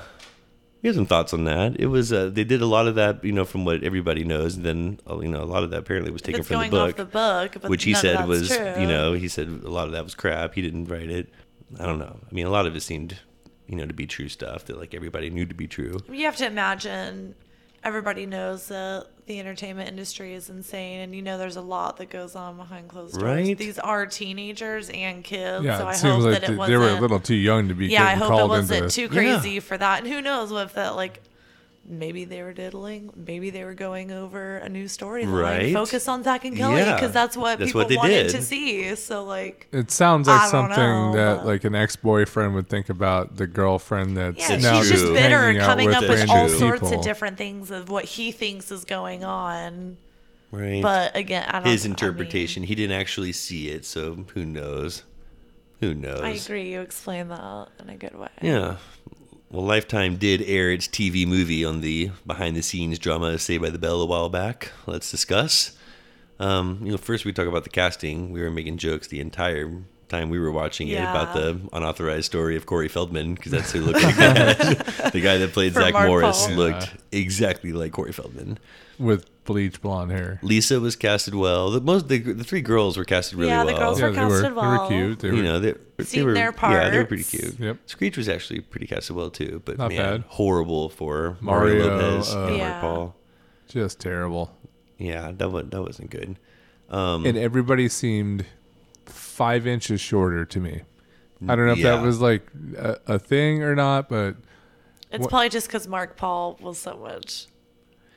[SPEAKER 4] we have some thoughts on that it was uh, they did a lot of that you know from what everybody knows and then uh, you know a lot of that apparently was taken
[SPEAKER 5] It's
[SPEAKER 4] from the
[SPEAKER 5] going
[SPEAKER 4] book
[SPEAKER 5] off the book, but
[SPEAKER 4] which he
[SPEAKER 5] none of
[SPEAKER 4] said
[SPEAKER 5] that's
[SPEAKER 4] was
[SPEAKER 5] true.
[SPEAKER 4] you know he said a lot of that was crap he didn't write it i don't know i mean a lot of it seemed you know to be true stuff that like everybody knew to be true
[SPEAKER 5] You have to imagine everybody knows that the entertainment industry is insane, and you know there's a lot that goes on behind closed doors.
[SPEAKER 4] Right?
[SPEAKER 5] These are teenagers and kids,
[SPEAKER 6] Yeah,
[SPEAKER 5] so I
[SPEAKER 6] it
[SPEAKER 5] hope
[SPEAKER 6] seems like
[SPEAKER 5] that
[SPEAKER 6] th-
[SPEAKER 5] it wasn't.
[SPEAKER 6] they were a little too young to be
[SPEAKER 5] yeah, I
[SPEAKER 6] getting
[SPEAKER 5] hope it
[SPEAKER 6] called into
[SPEAKER 5] wasn't
[SPEAKER 6] this.
[SPEAKER 5] too crazy for that. And who knows what if that like. Maybe they were diddling. Maybe they were going over a new storyline.
[SPEAKER 4] Right?
[SPEAKER 5] Focus on Zach and Kelly
[SPEAKER 4] Yeah.
[SPEAKER 5] because that's what
[SPEAKER 4] That's
[SPEAKER 5] people
[SPEAKER 4] what they
[SPEAKER 5] wanted
[SPEAKER 4] did.
[SPEAKER 5] to see. So like,
[SPEAKER 6] It sounds like
[SPEAKER 5] I don't
[SPEAKER 6] something
[SPEAKER 5] know,
[SPEAKER 6] that
[SPEAKER 5] but-
[SPEAKER 6] like an ex-boyfriend would think about the girlfriend that's
[SPEAKER 5] Yeah,
[SPEAKER 4] It's
[SPEAKER 5] she's
[SPEAKER 6] now
[SPEAKER 4] true.
[SPEAKER 5] just bitter and
[SPEAKER 6] hanging out
[SPEAKER 5] coming
[SPEAKER 6] with
[SPEAKER 5] up
[SPEAKER 6] brand
[SPEAKER 5] with
[SPEAKER 6] new
[SPEAKER 5] all sorts
[SPEAKER 6] people.
[SPEAKER 5] of different things of what he thinks is going on.
[SPEAKER 4] Right.
[SPEAKER 5] But again, I don't
[SPEAKER 4] His
[SPEAKER 5] I mean,
[SPEAKER 4] interpretation. he didn't actually see it, so who knows? Who knows?
[SPEAKER 5] I, agree. You explain that in a good way.
[SPEAKER 4] Yeah. Well, Lifetime did air its TV movie on the behind the scenes drama of Saved by the Bell a while back. Let's discuss. Um, you know, first we talk about the casting. We were making jokes the entire time we were watching it about
[SPEAKER 5] Yeah.
[SPEAKER 4] the unauthorized story of Corey Feldman because that's who looked like that. the guy that played
[SPEAKER 5] For
[SPEAKER 4] Zach
[SPEAKER 5] Mark
[SPEAKER 4] Morris
[SPEAKER 5] Paul.
[SPEAKER 4] looked exactly like Corey Feldman.
[SPEAKER 6] with bleach blonde hair.
[SPEAKER 4] Lisa was casted well. The most the, the three girls were casted really
[SPEAKER 5] Yeah,
[SPEAKER 4] well.
[SPEAKER 5] the girls
[SPEAKER 6] yeah,
[SPEAKER 5] were
[SPEAKER 6] they were
[SPEAKER 5] casted
[SPEAKER 6] they were
[SPEAKER 5] well.
[SPEAKER 6] cute. They were
[SPEAKER 4] you know, they, they
[SPEAKER 5] Seen
[SPEAKER 4] were
[SPEAKER 5] their
[SPEAKER 4] yeah, they were pretty
[SPEAKER 5] parts.
[SPEAKER 4] cute.
[SPEAKER 6] Yep.
[SPEAKER 4] Screech was actually pretty casted well too, but
[SPEAKER 6] Not
[SPEAKER 4] man,
[SPEAKER 6] bad.
[SPEAKER 4] horrible for Mario,
[SPEAKER 6] Mario,
[SPEAKER 4] Lopez
[SPEAKER 6] uh,
[SPEAKER 4] and Mark
[SPEAKER 5] Yeah.
[SPEAKER 4] Paul.
[SPEAKER 6] just terrible.
[SPEAKER 4] Yeah, that was that wasn't good. Um,
[SPEAKER 6] and everybody seemed five inches shorter to me. I don't know if
[SPEAKER 4] Yeah.
[SPEAKER 6] that was like a, a thing or not, but
[SPEAKER 5] It's
[SPEAKER 6] What-
[SPEAKER 5] probably just because Mark Paul was so much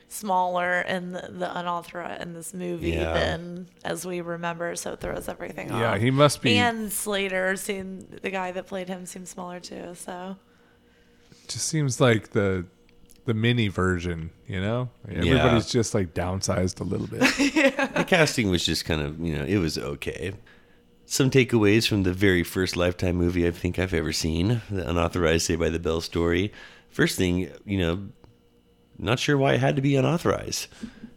[SPEAKER 5] smaller in the, the unauthorized in this movie
[SPEAKER 4] Yeah.
[SPEAKER 5] than as we remember. So it throws everything off.
[SPEAKER 4] Ah.
[SPEAKER 6] yeah, he must be
[SPEAKER 5] And Slater, seemed the guy that played him, seemed smaller too. So
[SPEAKER 6] just seems like the the mini version, you know? Like, Everybody's just like downsized a little bit.
[SPEAKER 4] The casting was just kind of you know it was okay. Some takeaways from the very first Lifetime movie I think I've ever seen, the unauthorized Say by the Bell story. First thing, you know, not sure why it had to be unauthorized.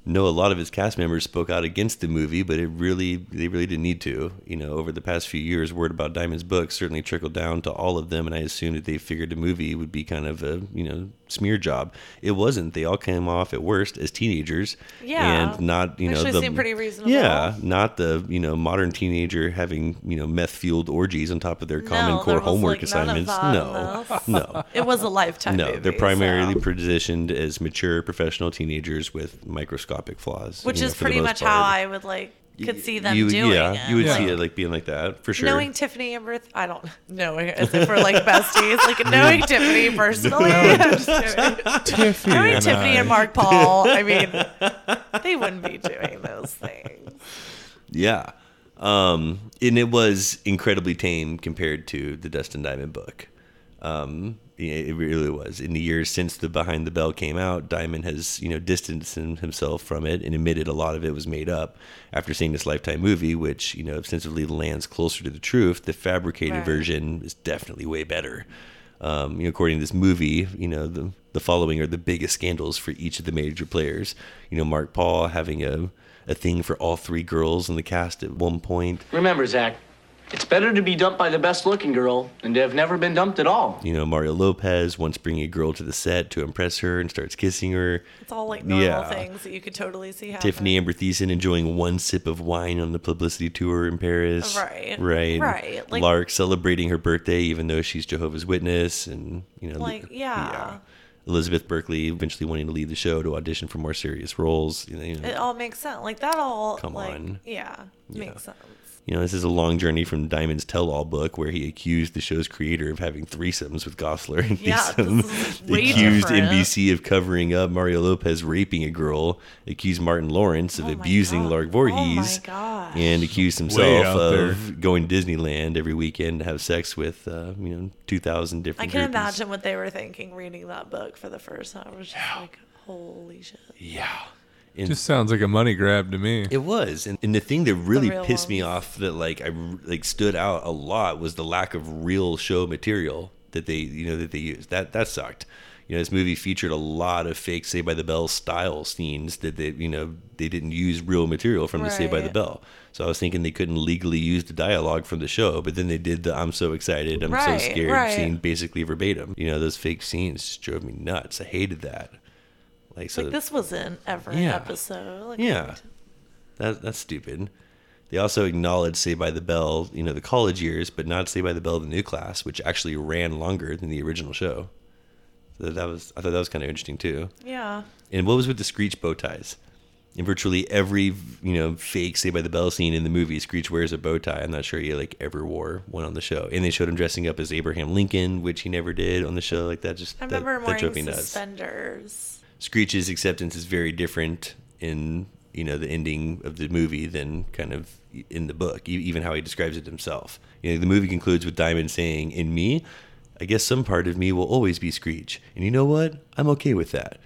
[SPEAKER 4] No, a lot of its cast members spoke out against the movie, but it really they really didn't need to. You know, over the past few years, word about Diamond's book certainly trickled down to all of them, and I assumed that they figured the movie would be kind of a you know smear job. It wasn't. They all came off at worst as teenagers,
[SPEAKER 5] Yeah.
[SPEAKER 4] and not you know
[SPEAKER 5] Actually
[SPEAKER 4] the
[SPEAKER 5] seemed pretty reasonable.
[SPEAKER 4] yeah, not the you know modern teenager having you know meth fueled orgies on top of their common
[SPEAKER 5] there
[SPEAKER 4] core
[SPEAKER 5] was,
[SPEAKER 4] homework
[SPEAKER 5] like, none of
[SPEAKER 4] assignments.
[SPEAKER 5] that
[SPEAKER 4] No,
[SPEAKER 5] in this.
[SPEAKER 4] no.
[SPEAKER 5] it was a lifetime.
[SPEAKER 4] No,
[SPEAKER 5] movie,
[SPEAKER 4] they're primarily
[SPEAKER 5] so-
[SPEAKER 4] positioned as mature professional teenagers with microscopic flaws,
[SPEAKER 5] which
[SPEAKER 4] you know,
[SPEAKER 5] is
[SPEAKER 4] for the
[SPEAKER 5] pretty
[SPEAKER 4] most
[SPEAKER 5] much
[SPEAKER 4] part.
[SPEAKER 5] how I would like could see them
[SPEAKER 4] you,
[SPEAKER 5] doing
[SPEAKER 4] yeah,
[SPEAKER 5] it.
[SPEAKER 4] you would
[SPEAKER 5] like,
[SPEAKER 4] see it like being like that for sure.
[SPEAKER 5] Knowing Tiffany and Ruth, I don't know as if we're like besties. Like knowing Tiffany personally, I'm just kidding.
[SPEAKER 4] Hmm.
[SPEAKER 6] Tiffany,
[SPEAKER 5] knowing
[SPEAKER 6] and
[SPEAKER 5] Tiffany
[SPEAKER 6] I-
[SPEAKER 5] and Mark Paul, I mean, they wouldn't be doing those things.
[SPEAKER 4] yeah, um, and it was incredibly tame compared to the Dustin Diamond book. Um, yeah, it really was. In the years since the Behind the Bell came out, Diamond has you know distanced him- himself from it and admitted a lot of it was made up. After seeing this Lifetime movie, which you know ostensibly lands closer to the truth, the fabricated
[SPEAKER 5] Right.
[SPEAKER 4] version is definitely way better. Um, you know, according to this movie, you know the the following are the biggest scandals for each of the major players. You know, Mark Paul having a a thing for all three girls in the cast at one point.
[SPEAKER 8] Remember, Zach, it's better to be dumped by the best looking girl than to have never been dumped at all.
[SPEAKER 4] You know, Mario Lopez once bringing a girl to the set to impress her and starts kissing her.
[SPEAKER 5] It's all like normal
[SPEAKER 4] Yeah.
[SPEAKER 5] things that you could totally see happen.
[SPEAKER 4] Tiffany Amber Thiessen enjoying one sip of wine on the publicity tour in Paris.
[SPEAKER 5] Right.
[SPEAKER 4] Right.
[SPEAKER 5] Right. Like-
[SPEAKER 4] Lark celebrating her birthday, even though she's Jehovah's Witness, and you know,
[SPEAKER 5] Like, yeah.
[SPEAKER 4] Elizabeth Berkley eventually wanting to leave the show to audition for more serious roles. You know, you know,
[SPEAKER 5] It all makes sense. Like that all.
[SPEAKER 4] Come
[SPEAKER 5] like,
[SPEAKER 4] on.
[SPEAKER 5] Yeah, makes sense.
[SPEAKER 4] you know, this is a long journey from Diamond's tell-all book, where he accused the show's creator of having threesomes with Gosler and
[SPEAKER 5] Yeah,
[SPEAKER 4] Thiessen.
[SPEAKER 5] this is way
[SPEAKER 4] accused
[SPEAKER 5] different.
[SPEAKER 4] NBC of covering up Mario Lopez raping a girl. Accused Martin Lawrence of
[SPEAKER 5] Oh my
[SPEAKER 4] abusing
[SPEAKER 5] God.
[SPEAKER 4] Lark
[SPEAKER 5] Oh
[SPEAKER 4] Voorhees.
[SPEAKER 5] my gosh.
[SPEAKER 4] and accused
[SPEAKER 6] Way
[SPEAKER 4] himself
[SPEAKER 6] out
[SPEAKER 4] of going to Disneyland every weekend to have sex with, uh, you know, 2,000
[SPEAKER 5] I
[SPEAKER 4] different
[SPEAKER 5] can
[SPEAKER 4] groupies.
[SPEAKER 5] imagine what they were thinking reading that book for the first time. I was just like, holy shit.
[SPEAKER 4] Yeah. And
[SPEAKER 6] Just sounds like a money grab to me.
[SPEAKER 4] it was. And, and the thing that really
[SPEAKER 5] real
[SPEAKER 4] pissed me off that, like, I r- like stood out a lot was the lack of real show material that they, you know, that they used. That, that sucked. You know, this movie featured a lot of fake Say by the Bell style scenes that they, you know, they didn't use real material from the Say by the
[SPEAKER 5] Right.
[SPEAKER 4] Bell. So I was thinking they couldn't legally use the dialogue from the show, but then they did the "I'm so excited, I'm
[SPEAKER 5] Right,
[SPEAKER 4] so scared"
[SPEAKER 5] right.
[SPEAKER 4] scene basically verbatim. You know, those fake scenes just drove me nuts. I hated that. Like so,
[SPEAKER 5] Like this was in every
[SPEAKER 4] Yeah.
[SPEAKER 5] episode. Like,
[SPEAKER 4] yeah, that that's stupid. They also acknowledged Say by the Bell, you know, the college years, but not Say by the Bell, the new class, which actually ran longer than the original show. So that was I thought that was kind of interesting too.
[SPEAKER 5] Yeah.
[SPEAKER 4] And what was with the Screech bow ties? In virtually every you know fake Saved by the Bell scene in the movie, Screech wears a bow tie. I'm not sure he like ever wore one on the show. And they showed him dressing up as Abraham Lincoln, which he never did on the show. Like that just
[SPEAKER 5] I
[SPEAKER 4] that,
[SPEAKER 5] remember
[SPEAKER 4] that
[SPEAKER 5] him
[SPEAKER 4] drove me
[SPEAKER 5] wearing
[SPEAKER 4] nuts.
[SPEAKER 5] suspenders.
[SPEAKER 4] Screech's acceptance is very different in you know the ending of the movie than kind of in the book, e- even how he describes it himself. You know, the movie concludes with Diamond saying, "In me, I guess some part of me will always be Screech, and you know what? I'm okay with that."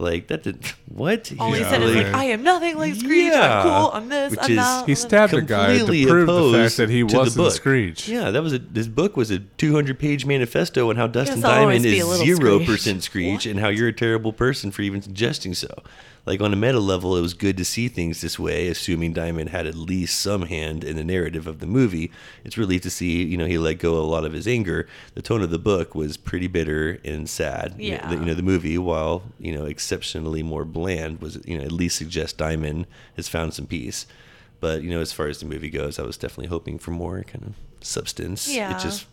[SPEAKER 4] Like that did what?
[SPEAKER 5] All he
[SPEAKER 4] He's
[SPEAKER 5] said is like,
[SPEAKER 4] like-
[SPEAKER 5] I am nothing like Screech.
[SPEAKER 4] Yeah.
[SPEAKER 5] I'm cool. I'm this.
[SPEAKER 4] Which
[SPEAKER 5] I'm
[SPEAKER 4] is-
[SPEAKER 5] that.
[SPEAKER 6] He
[SPEAKER 5] I'm-
[SPEAKER 6] stabbed a guy to
[SPEAKER 4] completely
[SPEAKER 6] prove the fact
[SPEAKER 4] opposed
[SPEAKER 6] that he
[SPEAKER 4] to the
[SPEAKER 6] wasn't
[SPEAKER 4] book.
[SPEAKER 6] Screech.
[SPEAKER 4] Yeah, that was a, this book was a 200 page manifesto on how Dustin
[SPEAKER 5] I'll
[SPEAKER 4] Diamond
[SPEAKER 5] always be
[SPEAKER 4] is
[SPEAKER 5] a little
[SPEAKER 4] zero
[SPEAKER 5] Screech.
[SPEAKER 4] percent Screech and how you're a terrible person for even suggesting so. Like on a meta level, it was good to see things this way, assuming Diamond had at least some hand in the narrative of the movie. It's relief to see, you know, he let go of a lot of his anger. The tone of the book was pretty bitter and sad. You know,
[SPEAKER 5] Yeah.
[SPEAKER 4] the- You know, the movie, while you know exceptionally more bland, was you know at least suggests Diamond has found some peace. But you know, as far as the movie goes, I was definitely hoping for more kind of substance.
[SPEAKER 5] Yeah.
[SPEAKER 4] It just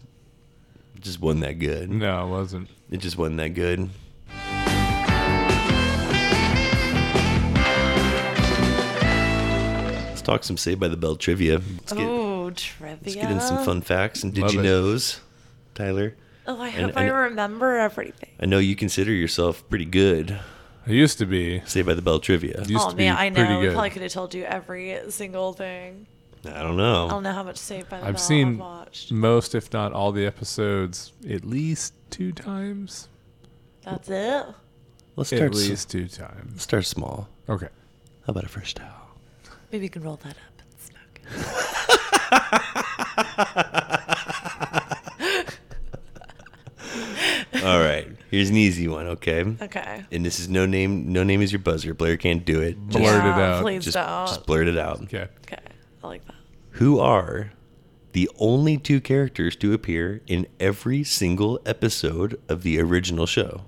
[SPEAKER 4] it just wasn't that good.
[SPEAKER 6] No, it wasn't.
[SPEAKER 4] It just wasn't that good. Let's talk some Saved by the Bell trivia. Let's get,
[SPEAKER 5] oh, trivia.
[SPEAKER 4] let's get in some fun facts and did
[SPEAKER 6] Love
[SPEAKER 4] you
[SPEAKER 6] it.
[SPEAKER 4] knows, Tyler.
[SPEAKER 5] Oh, I
[SPEAKER 4] And-
[SPEAKER 5] hope I
[SPEAKER 4] and-
[SPEAKER 5] remember everything.
[SPEAKER 4] I know you consider yourself pretty good
[SPEAKER 6] It used to be.
[SPEAKER 4] Saved by the Bell trivia.
[SPEAKER 6] Used
[SPEAKER 5] oh
[SPEAKER 6] to be
[SPEAKER 5] man, I
[SPEAKER 6] pretty
[SPEAKER 5] know. I
[SPEAKER 6] good.
[SPEAKER 5] probably could have told you every single thing.
[SPEAKER 4] I don't know.
[SPEAKER 5] I don't know how much Saved by the
[SPEAKER 6] I've
[SPEAKER 5] Bell
[SPEAKER 6] seen
[SPEAKER 5] I've watched.
[SPEAKER 6] most, if not all, the episodes at least two times.
[SPEAKER 5] That's it.
[SPEAKER 4] Let's
[SPEAKER 6] At
[SPEAKER 4] start, s-
[SPEAKER 6] least two times.
[SPEAKER 4] start small.
[SPEAKER 6] Okay.
[SPEAKER 4] How about a first towel?
[SPEAKER 5] Maybe you can roll that up and snuck.
[SPEAKER 4] All right. Here's an easy one, okay?
[SPEAKER 5] Okay.
[SPEAKER 4] And this is no name. No name is your buzzer. Blair can't do it. Just,
[SPEAKER 6] Blurt it
[SPEAKER 5] Yeah, uh,
[SPEAKER 6] out.
[SPEAKER 5] Please
[SPEAKER 4] just,
[SPEAKER 5] don't.
[SPEAKER 4] just blurt it out.
[SPEAKER 6] Okay.
[SPEAKER 5] okay. I like that.
[SPEAKER 4] Who are the only two characters to appear in every single episode of the original show?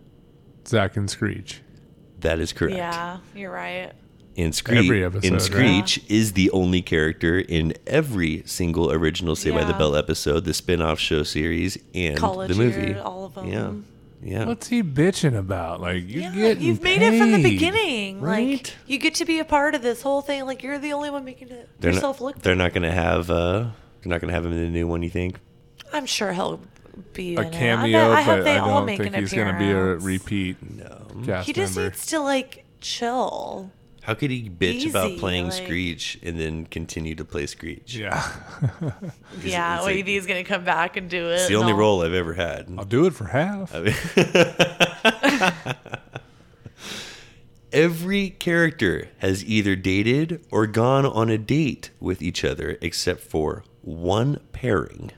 [SPEAKER 6] Zach and Screech.
[SPEAKER 4] That is correct.
[SPEAKER 5] Yeah, you're right.
[SPEAKER 4] And Screech,
[SPEAKER 6] Every episode,
[SPEAKER 4] and
[SPEAKER 6] right?
[SPEAKER 4] Screech is the only character in every single original Saved by the
[SPEAKER 5] Yeah.
[SPEAKER 4] Bell episode, the spin-off show series, and
[SPEAKER 5] College
[SPEAKER 4] the movie.
[SPEAKER 5] year, all of them.
[SPEAKER 4] Yeah, yeah.
[SPEAKER 6] What's he bitching about? Like you're
[SPEAKER 5] Yeah,
[SPEAKER 6] getting
[SPEAKER 5] you've made it from the
[SPEAKER 6] paid.
[SPEAKER 5] beginning. Like
[SPEAKER 4] right?
[SPEAKER 5] you get to be a part of this whole thing. Like you're the only one making it
[SPEAKER 4] they're
[SPEAKER 5] yourself
[SPEAKER 4] not,
[SPEAKER 5] look.
[SPEAKER 4] They're not gonna have. Uh, they're not gonna have him in the new one. You think?
[SPEAKER 5] I'm sure he'll be
[SPEAKER 6] A
[SPEAKER 5] in
[SPEAKER 6] cameo,
[SPEAKER 5] it. I bet- I hope
[SPEAKER 6] but
[SPEAKER 5] they
[SPEAKER 6] I
[SPEAKER 5] all
[SPEAKER 6] don't
[SPEAKER 5] make
[SPEAKER 6] think
[SPEAKER 5] an
[SPEAKER 6] he's
[SPEAKER 5] appearance.
[SPEAKER 6] gonna be a repeat cast
[SPEAKER 5] He just
[SPEAKER 6] member.
[SPEAKER 5] needs to like chill.
[SPEAKER 4] How could he bitch
[SPEAKER 5] Easy,
[SPEAKER 4] about playing
[SPEAKER 5] like-
[SPEAKER 4] Screech and then continue to play Screech?
[SPEAKER 6] yeah,
[SPEAKER 5] yeah,
[SPEAKER 4] it's
[SPEAKER 5] well,
[SPEAKER 4] like-
[SPEAKER 5] he's gonna come back and do it.
[SPEAKER 4] It's the
[SPEAKER 5] and
[SPEAKER 4] only
[SPEAKER 5] all.
[SPEAKER 4] role I've ever had.
[SPEAKER 6] I'll do it for half.
[SPEAKER 4] Every character has either dated or gone on a date with each other except for one pairing.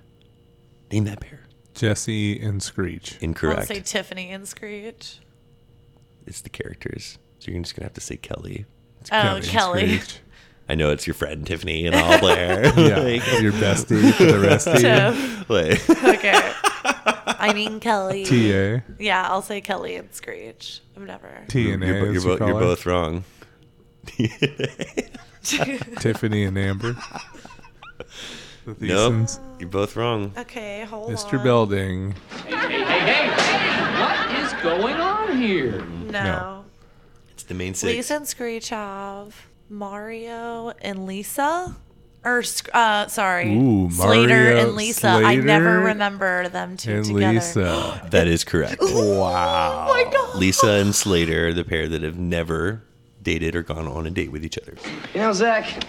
[SPEAKER 4] Name that pair.
[SPEAKER 6] Jesse and Screech.
[SPEAKER 5] I'll
[SPEAKER 4] Incorrect.
[SPEAKER 5] say Tiffany and Screech.
[SPEAKER 4] it's the characters. So you're just going to have to say Kelly.
[SPEAKER 5] Oh,
[SPEAKER 6] and
[SPEAKER 5] Kelly.
[SPEAKER 6] Screech.
[SPEAKER 4] I know it's your friend Tiffany and all Blair.
[SPEAKER 6] Yeah, your bestie for the rest of your
[SPEAKER 5] Tiff.
[SPEAKER 4] Like-
[SPEAKER 5] Okay. I mean Kelly.
[SPEAKER 6] TA.
[SPEAKER 5] Yeah, I'll say Kelly and Screech. I'm never.
[SPEAKER 6] T and A.
[SPEAKER 4] you're, bo-
[SPEAKER 6] as
[SPEAKER 4] you're, bo-
[SPEAKER 6] we call
[SPEAKER 4] you're
[SPEAKER 6] her.
[SPEAKER 4] both wrong.
[SPEAKER 6] Tiffany and Amber. The
[SPEAKER 4] Nope.
[SPEAKER 6] Thiessens.
[SPEAKER 4] You're both wrong.
[SPEAKER 5] Okay, hold
[SPEAKER 6] Mr.
[SPEAKER 5] on.
[SPEAKER 6] Belding.
[SPEAKER 8] Hey, hey, hey! What is going on here?
[SPEAKER 5] No.
[SPEAKER 6] No.
[SPEAKER 4] It's the main six.
[SPEAKER 5] Lisa and Screech have Mario and Lisa. Or, Sc- uh, sorry,
[SPEAKER 6] Ooh,
[SPEAKER 5] Slater
[SPEAKER 6] Mario,
[SPEAKER 5] and Lisa. I never
[SPEAKER 6] Slater
[SPEAKER 5] remember them two
[SPEAKER 6] and
[SPEAKER 5] together.
[SPEAKER 6] Lisa.
[SPEAKER 4] That is correct.
[SPEAKER 6] wow.
[SPEAKER 5] Oh my God.
[SPEAKER 4] Lisa and Slater are the pair that have never dated or gone on a date with each other.
[SPEAKER 9] You know, Zach,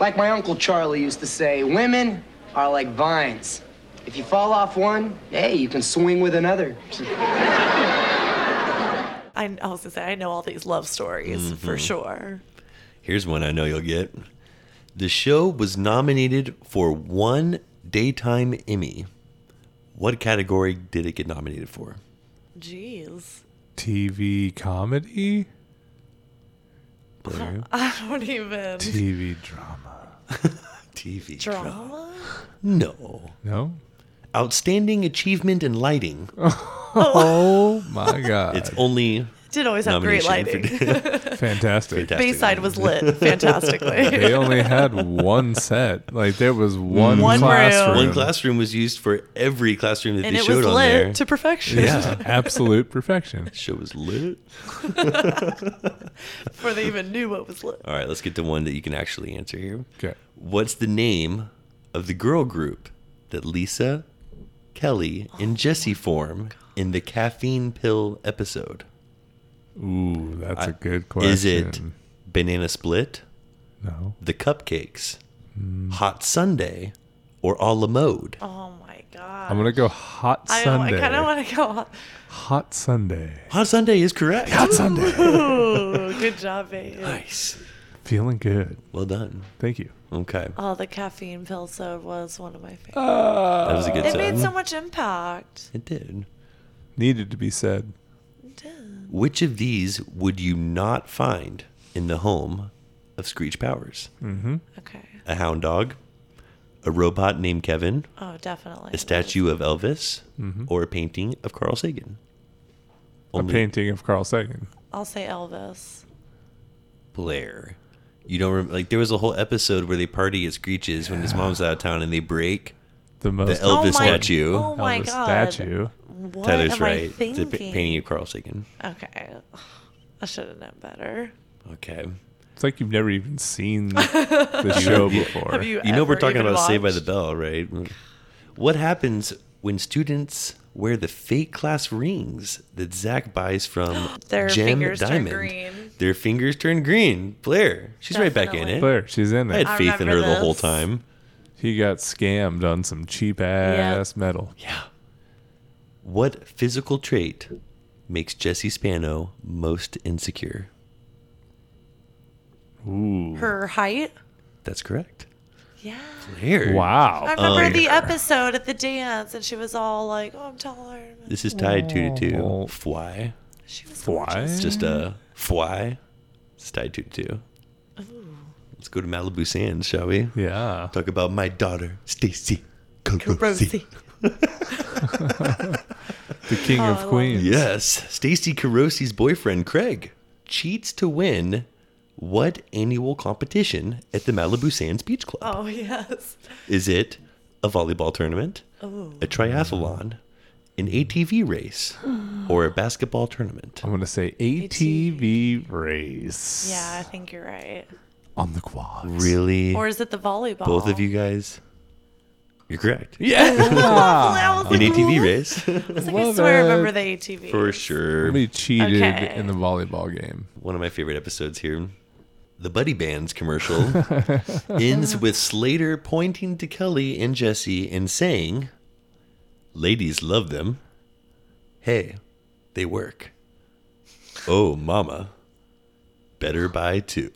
[SPEAKER 9] like my Uncle Charlie used to say, women are like vines. If you fall off one, hey, you can swing with another.
[SPEAKER 5] I, I was gonna say I know all these love stories
[SPEAKER 6] Mm-hmm.
[SPEAKER 5] for sure.
[SPEAKER 4] Here's one I know you'll get. The show was nominated for one daytime Emmy. What category did it get nominated for?
[SPEAKER 5] Jeez,
[SPEAKER 6] TV comedy?
[SPEAKER 4] Blair?
[SPEAKER 5] I don't even
[SPEAKER 6] TV drama.
[SPEAKER 4] TV drama.
[SPEAKER 5] drama.
[SPEAKER 4] No.
[SPEAKER 6] No?
[SPEAKER 4] Outstanding achievement in lighting.
[SPEAKER 6] Oh my God.
[SPEAKER 4] It's only
[SPEAKER 5] Did always have great
[SPEAKER 4] nomination
[SPEAKER 5] lighting.
[SPEAKER 4] for
[SPEAKER 6] Fantastic.
[SPEAKER 4] Fantastic.
[SPEAKER 5] Bayside was lit fantastically.
[SPEAKER 6] They only had one set. Like there was one,
[SPEAKER 5] One room.
[SPEAKER 6] classroom.
[SPEAKER 4] One classroom was used for every classroom that
[SPEAKER 5] and
[SPEAKER 4] they
[SPEAKER 5] it
[SPEAKER 4] showed
[SPEAKER 5] was
[SPEAKER 4] on
[SPEAKER 5] lit
[SPEAKER 4] there.
[SPEAKER 5] to perfection
[SPEAKER 6] Yeah, absolute perfection.
[SPEAKER 4] Show was lit.
[SPEAKER 5] before they even knew what was lit.
[SPEAKER 4] All right, let's get to one that you can actually answer here.
[SPEAKER 6] Okay.
[SPEAKER 4] What's the name of the girl group that Lisa, Kelly,
[SPEAKER 5] Oh
[SPEAKER 4] and Jesse form in the caffeine pill episode?
[SPEAKER 6] Ooh, that's a good question.
[SPEAKER 4] Is it Banana Split,
[SPEAKER 6] No.
[SPEAKER 4] The Cupcakes, Hot Sunday, or A la Mode?
[SPEAKER 5] Hmm. Oh my god.
[SPEAKER 6] I'm gonna go hot
[SPEAKER 5] I, don't- I
[SPEAKER 6] Sunday.
[SPEAKER 5] kind of want to go. on.
[SPEAKER 6] Hot Sunday.
[SPEAKER 4] Hot Sunday is correct.
[SPEAKER 6] Hot Sunday.
[SPEAKER 5] Ooh, good job, babe.
[SPEAKER 4] Nice.
[SPEAKER 6] Feeling good.
[SPEAKER 4] Well done.
[SPEAKER 6] Thank you.
[SPEAKER 4] Okay.
[SPEAKER 5] Oh, the caffeine pill soda was one of my favorites.
[SPEAKER 4] Uh, That was a good
[SPEAKER 5] Uh, it made
[SPEAKER 4] song.
[SPEAKER 5] so much impact.
[SPEAKER 4] it did.
[SPEAKER 6] Needed to be said.
[SPEAKER 5] It did.
[SPEAKER 4] Which of these would you not find in the home of Screech Powers?
[SPEAKER 5] Okay.
[SPEAKER 4] A hound dog, a robot named Kevin,
[SPEAKER 5] Oh, definitely.
[SPEAKER 4] a statue of Elvis, or a painting of Carl Sagan?
[SPEAKER 6] A painting of Carl Sagan.
[SPEAKER 5] I'll say Elvis.
[SPEAKER 4] Blair. You don't rem like there was a whole episode where they party at Screech's when his mom's out of town and they break
[SPEAKER 6] The most
[SPEAKER 4] the Elvis
[SPEAKER 5] oh my,
[SPEAKER 4] statue.
[SPEAKER 5] Oh my
[SPEAKER 6] Elvis
[SPEAKER 5] god.
[SPEAKER 6] statue.
[SPEAKER 5] What
[SPEAKER 4] Tyler's
[SPEAKER 5] am I
[SPEAKER 4] right. It's a
[SPEAKER 5] thinking?
[SPEAKER 4] pa- painting of Carl Sagan.
[SPEAKER 5] Okay. I should have known better.
[SPEAKER 4] Okay.
[SPEAKER 6] It's like you've never even seen the show before.
[SPEAKER 5] Have you,
[SPEAKER 4] You know we're
[SPEAKER 5] ever
[SPEAKER 4] talking
[SPEAKER 5] even
[SPEAKER 4] about Saved by the
[SPEAKER 5] watched?
[SPEAKER 4] Bell, right? What happens when students wear the fake class rings that Zach buys from
[SPEAKER 5] Their
[SPEAKER 4] Gem
[SPEAKER 5] fingers turn
[SPEAKER 4] Diamond?
[SPEAKER 5] green.
[SPEAKER 4] Their fingers turn green. Blair, she's right back in
[SPEAKER 5] Definitely.
[SPEAKER 4] it.
[SPEAKER 6] Blair, she's in
[SPEAKER 4] I
[SPEAKER 6] it.
[SPEAKER 4] had
[SPEAKER 5] I
[SPEAKER 4] faith in her
[SPEAKER 5] remember
[SPEAKER 4] the whole
[SPEAKER 5] this.
[SPEAKER 4] time.
[SPEAKER 6] He got scammed on some cheap ass metal.
[SPEAKER 4] Yeah. What physical trait makes Jesse Spano most insecure?
[SPEAKER 6] Ooh.
[SPEAKER 5] Her height?
[SPEAKER 4] That's correct.
[SPEAKER 5] Yeah.
[SPEAKER 4] Blair.
[SPEAKER 5] I
[SPEAKER 6] Wow.
[SPEAKER 5] remember
[SPEAKER 4] Um,
[SPEAKER 5] the episode at the dance, and she was all like, "Oh, I'm taller."
[SPEAKER 4] This is tied two to two.
[SPEAKER 6] Oh.
[SPEAKER 4] Fwy.
[SPEAKER 5] She was
[SPEAKER 6] Why?
[SPEAKER 5] gorgeous.
[SPEAKER 4] It's just a fly. It's tied two to two. Let's go to Malibu Sands, shall we?
[SPEAKER 6] Yeah.
[SPEAKER 4] Talk about my daughter, Stacy Carosi.
[SPEAKER 5] Rosie.
[SPEAKER 6] The King
[SPEAKER 5] Oh,
[SPEAKER 6] of Queens.
[SPEAKER 4] Yes, Stacy Carosi's boyfriend Craig cheats to win what annual competition at the Malibu Sands Beach Club?
[SPEAKER 5] Oh yes.
[SPEAKER 4] Is it a volleyball tournament, a triathlon, an ATV race, or a basketball tournament?
[SPEAKER 6] I'm gonna say ATV race.
[SPEAKER 5] Yeah, I think you're right.
[SPEAKER 6] On the quad.
[SPEAKER 4] Really?
[SPEAKER 5] Or is it the volleyball?
[SPEAKER 4] Both of you guys? You're correct.
[SPEAKER 6] Yeah.
[SPEAKER 5] I was
[SPEAKER 4] An
[SPEAKER 5] like,
[SPEAKER 4] ATV race.
[SPEAKER 5] I was like, I
[SPEAKER 6] Love
[SPEAKER 5] swear I
[SPEAKER 6] it.
[SPEAKER 5] remember the ATV.
[SPEAKER 4] For sure.
[SPEAKER 6] Somebody cheated
[SPEAKER 5] Okay.
[SPEAKER 6] in the volleyball game.
[SPEAKER 4] One of my favorite episodes here. The Buddy Bands commercial ends with Slater pointing to Kelly and Jesse and saying, Ladies love them. Hey, they work. Oh, mama. Better buy two.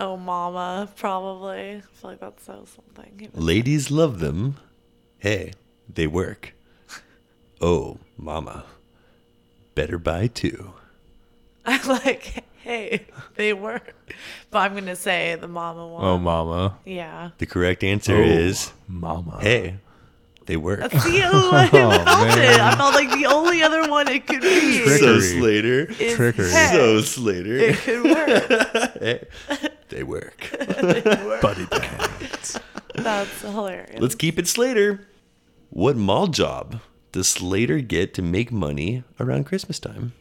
[SPEAKER 5] Oh, mama, probably. I feel like that's so something.
[SPEAKER 4] Ladies love them. Hey, they work. Oh, mama. Better buy two.
[SPEAKER 5] I'm like, hey, they were. But I'm gonna say the mama one.
[SPEAKER 6] Oh, mama.
[SPEAKER 5] Yeah.
[SPEAKER 4] The correct answer
[SPEAKER 6] Oh.
[SPEAKER 4] is
[SPEAKER 6] Mama. Oh,
[SPEAKER 4] hey, they work.
[SPEAKER 5] See, I felt it.
[SPEAKER 6] man.
[SPEAKER 5] I felt like the only other one it could be.
[SPEAKER 4] So
[SPEAKER 6] Trickery.
[SPEAKER 4] Slater.
[SPEAKER 5] is
[SPEAKER 6] Trickery.
[SPEAKER 5] hey,
[SPEAKER 4] So Slater.
[SPEAKER 5] it could work.
[SPEAKER 4] They work.
[SPEAKER 6] Buddy band.
[SPEAKER 5] That's hilarious.
[SPEAKER 4] Let's keep it Slater. What mall job does Slater get to make money around Christmas time?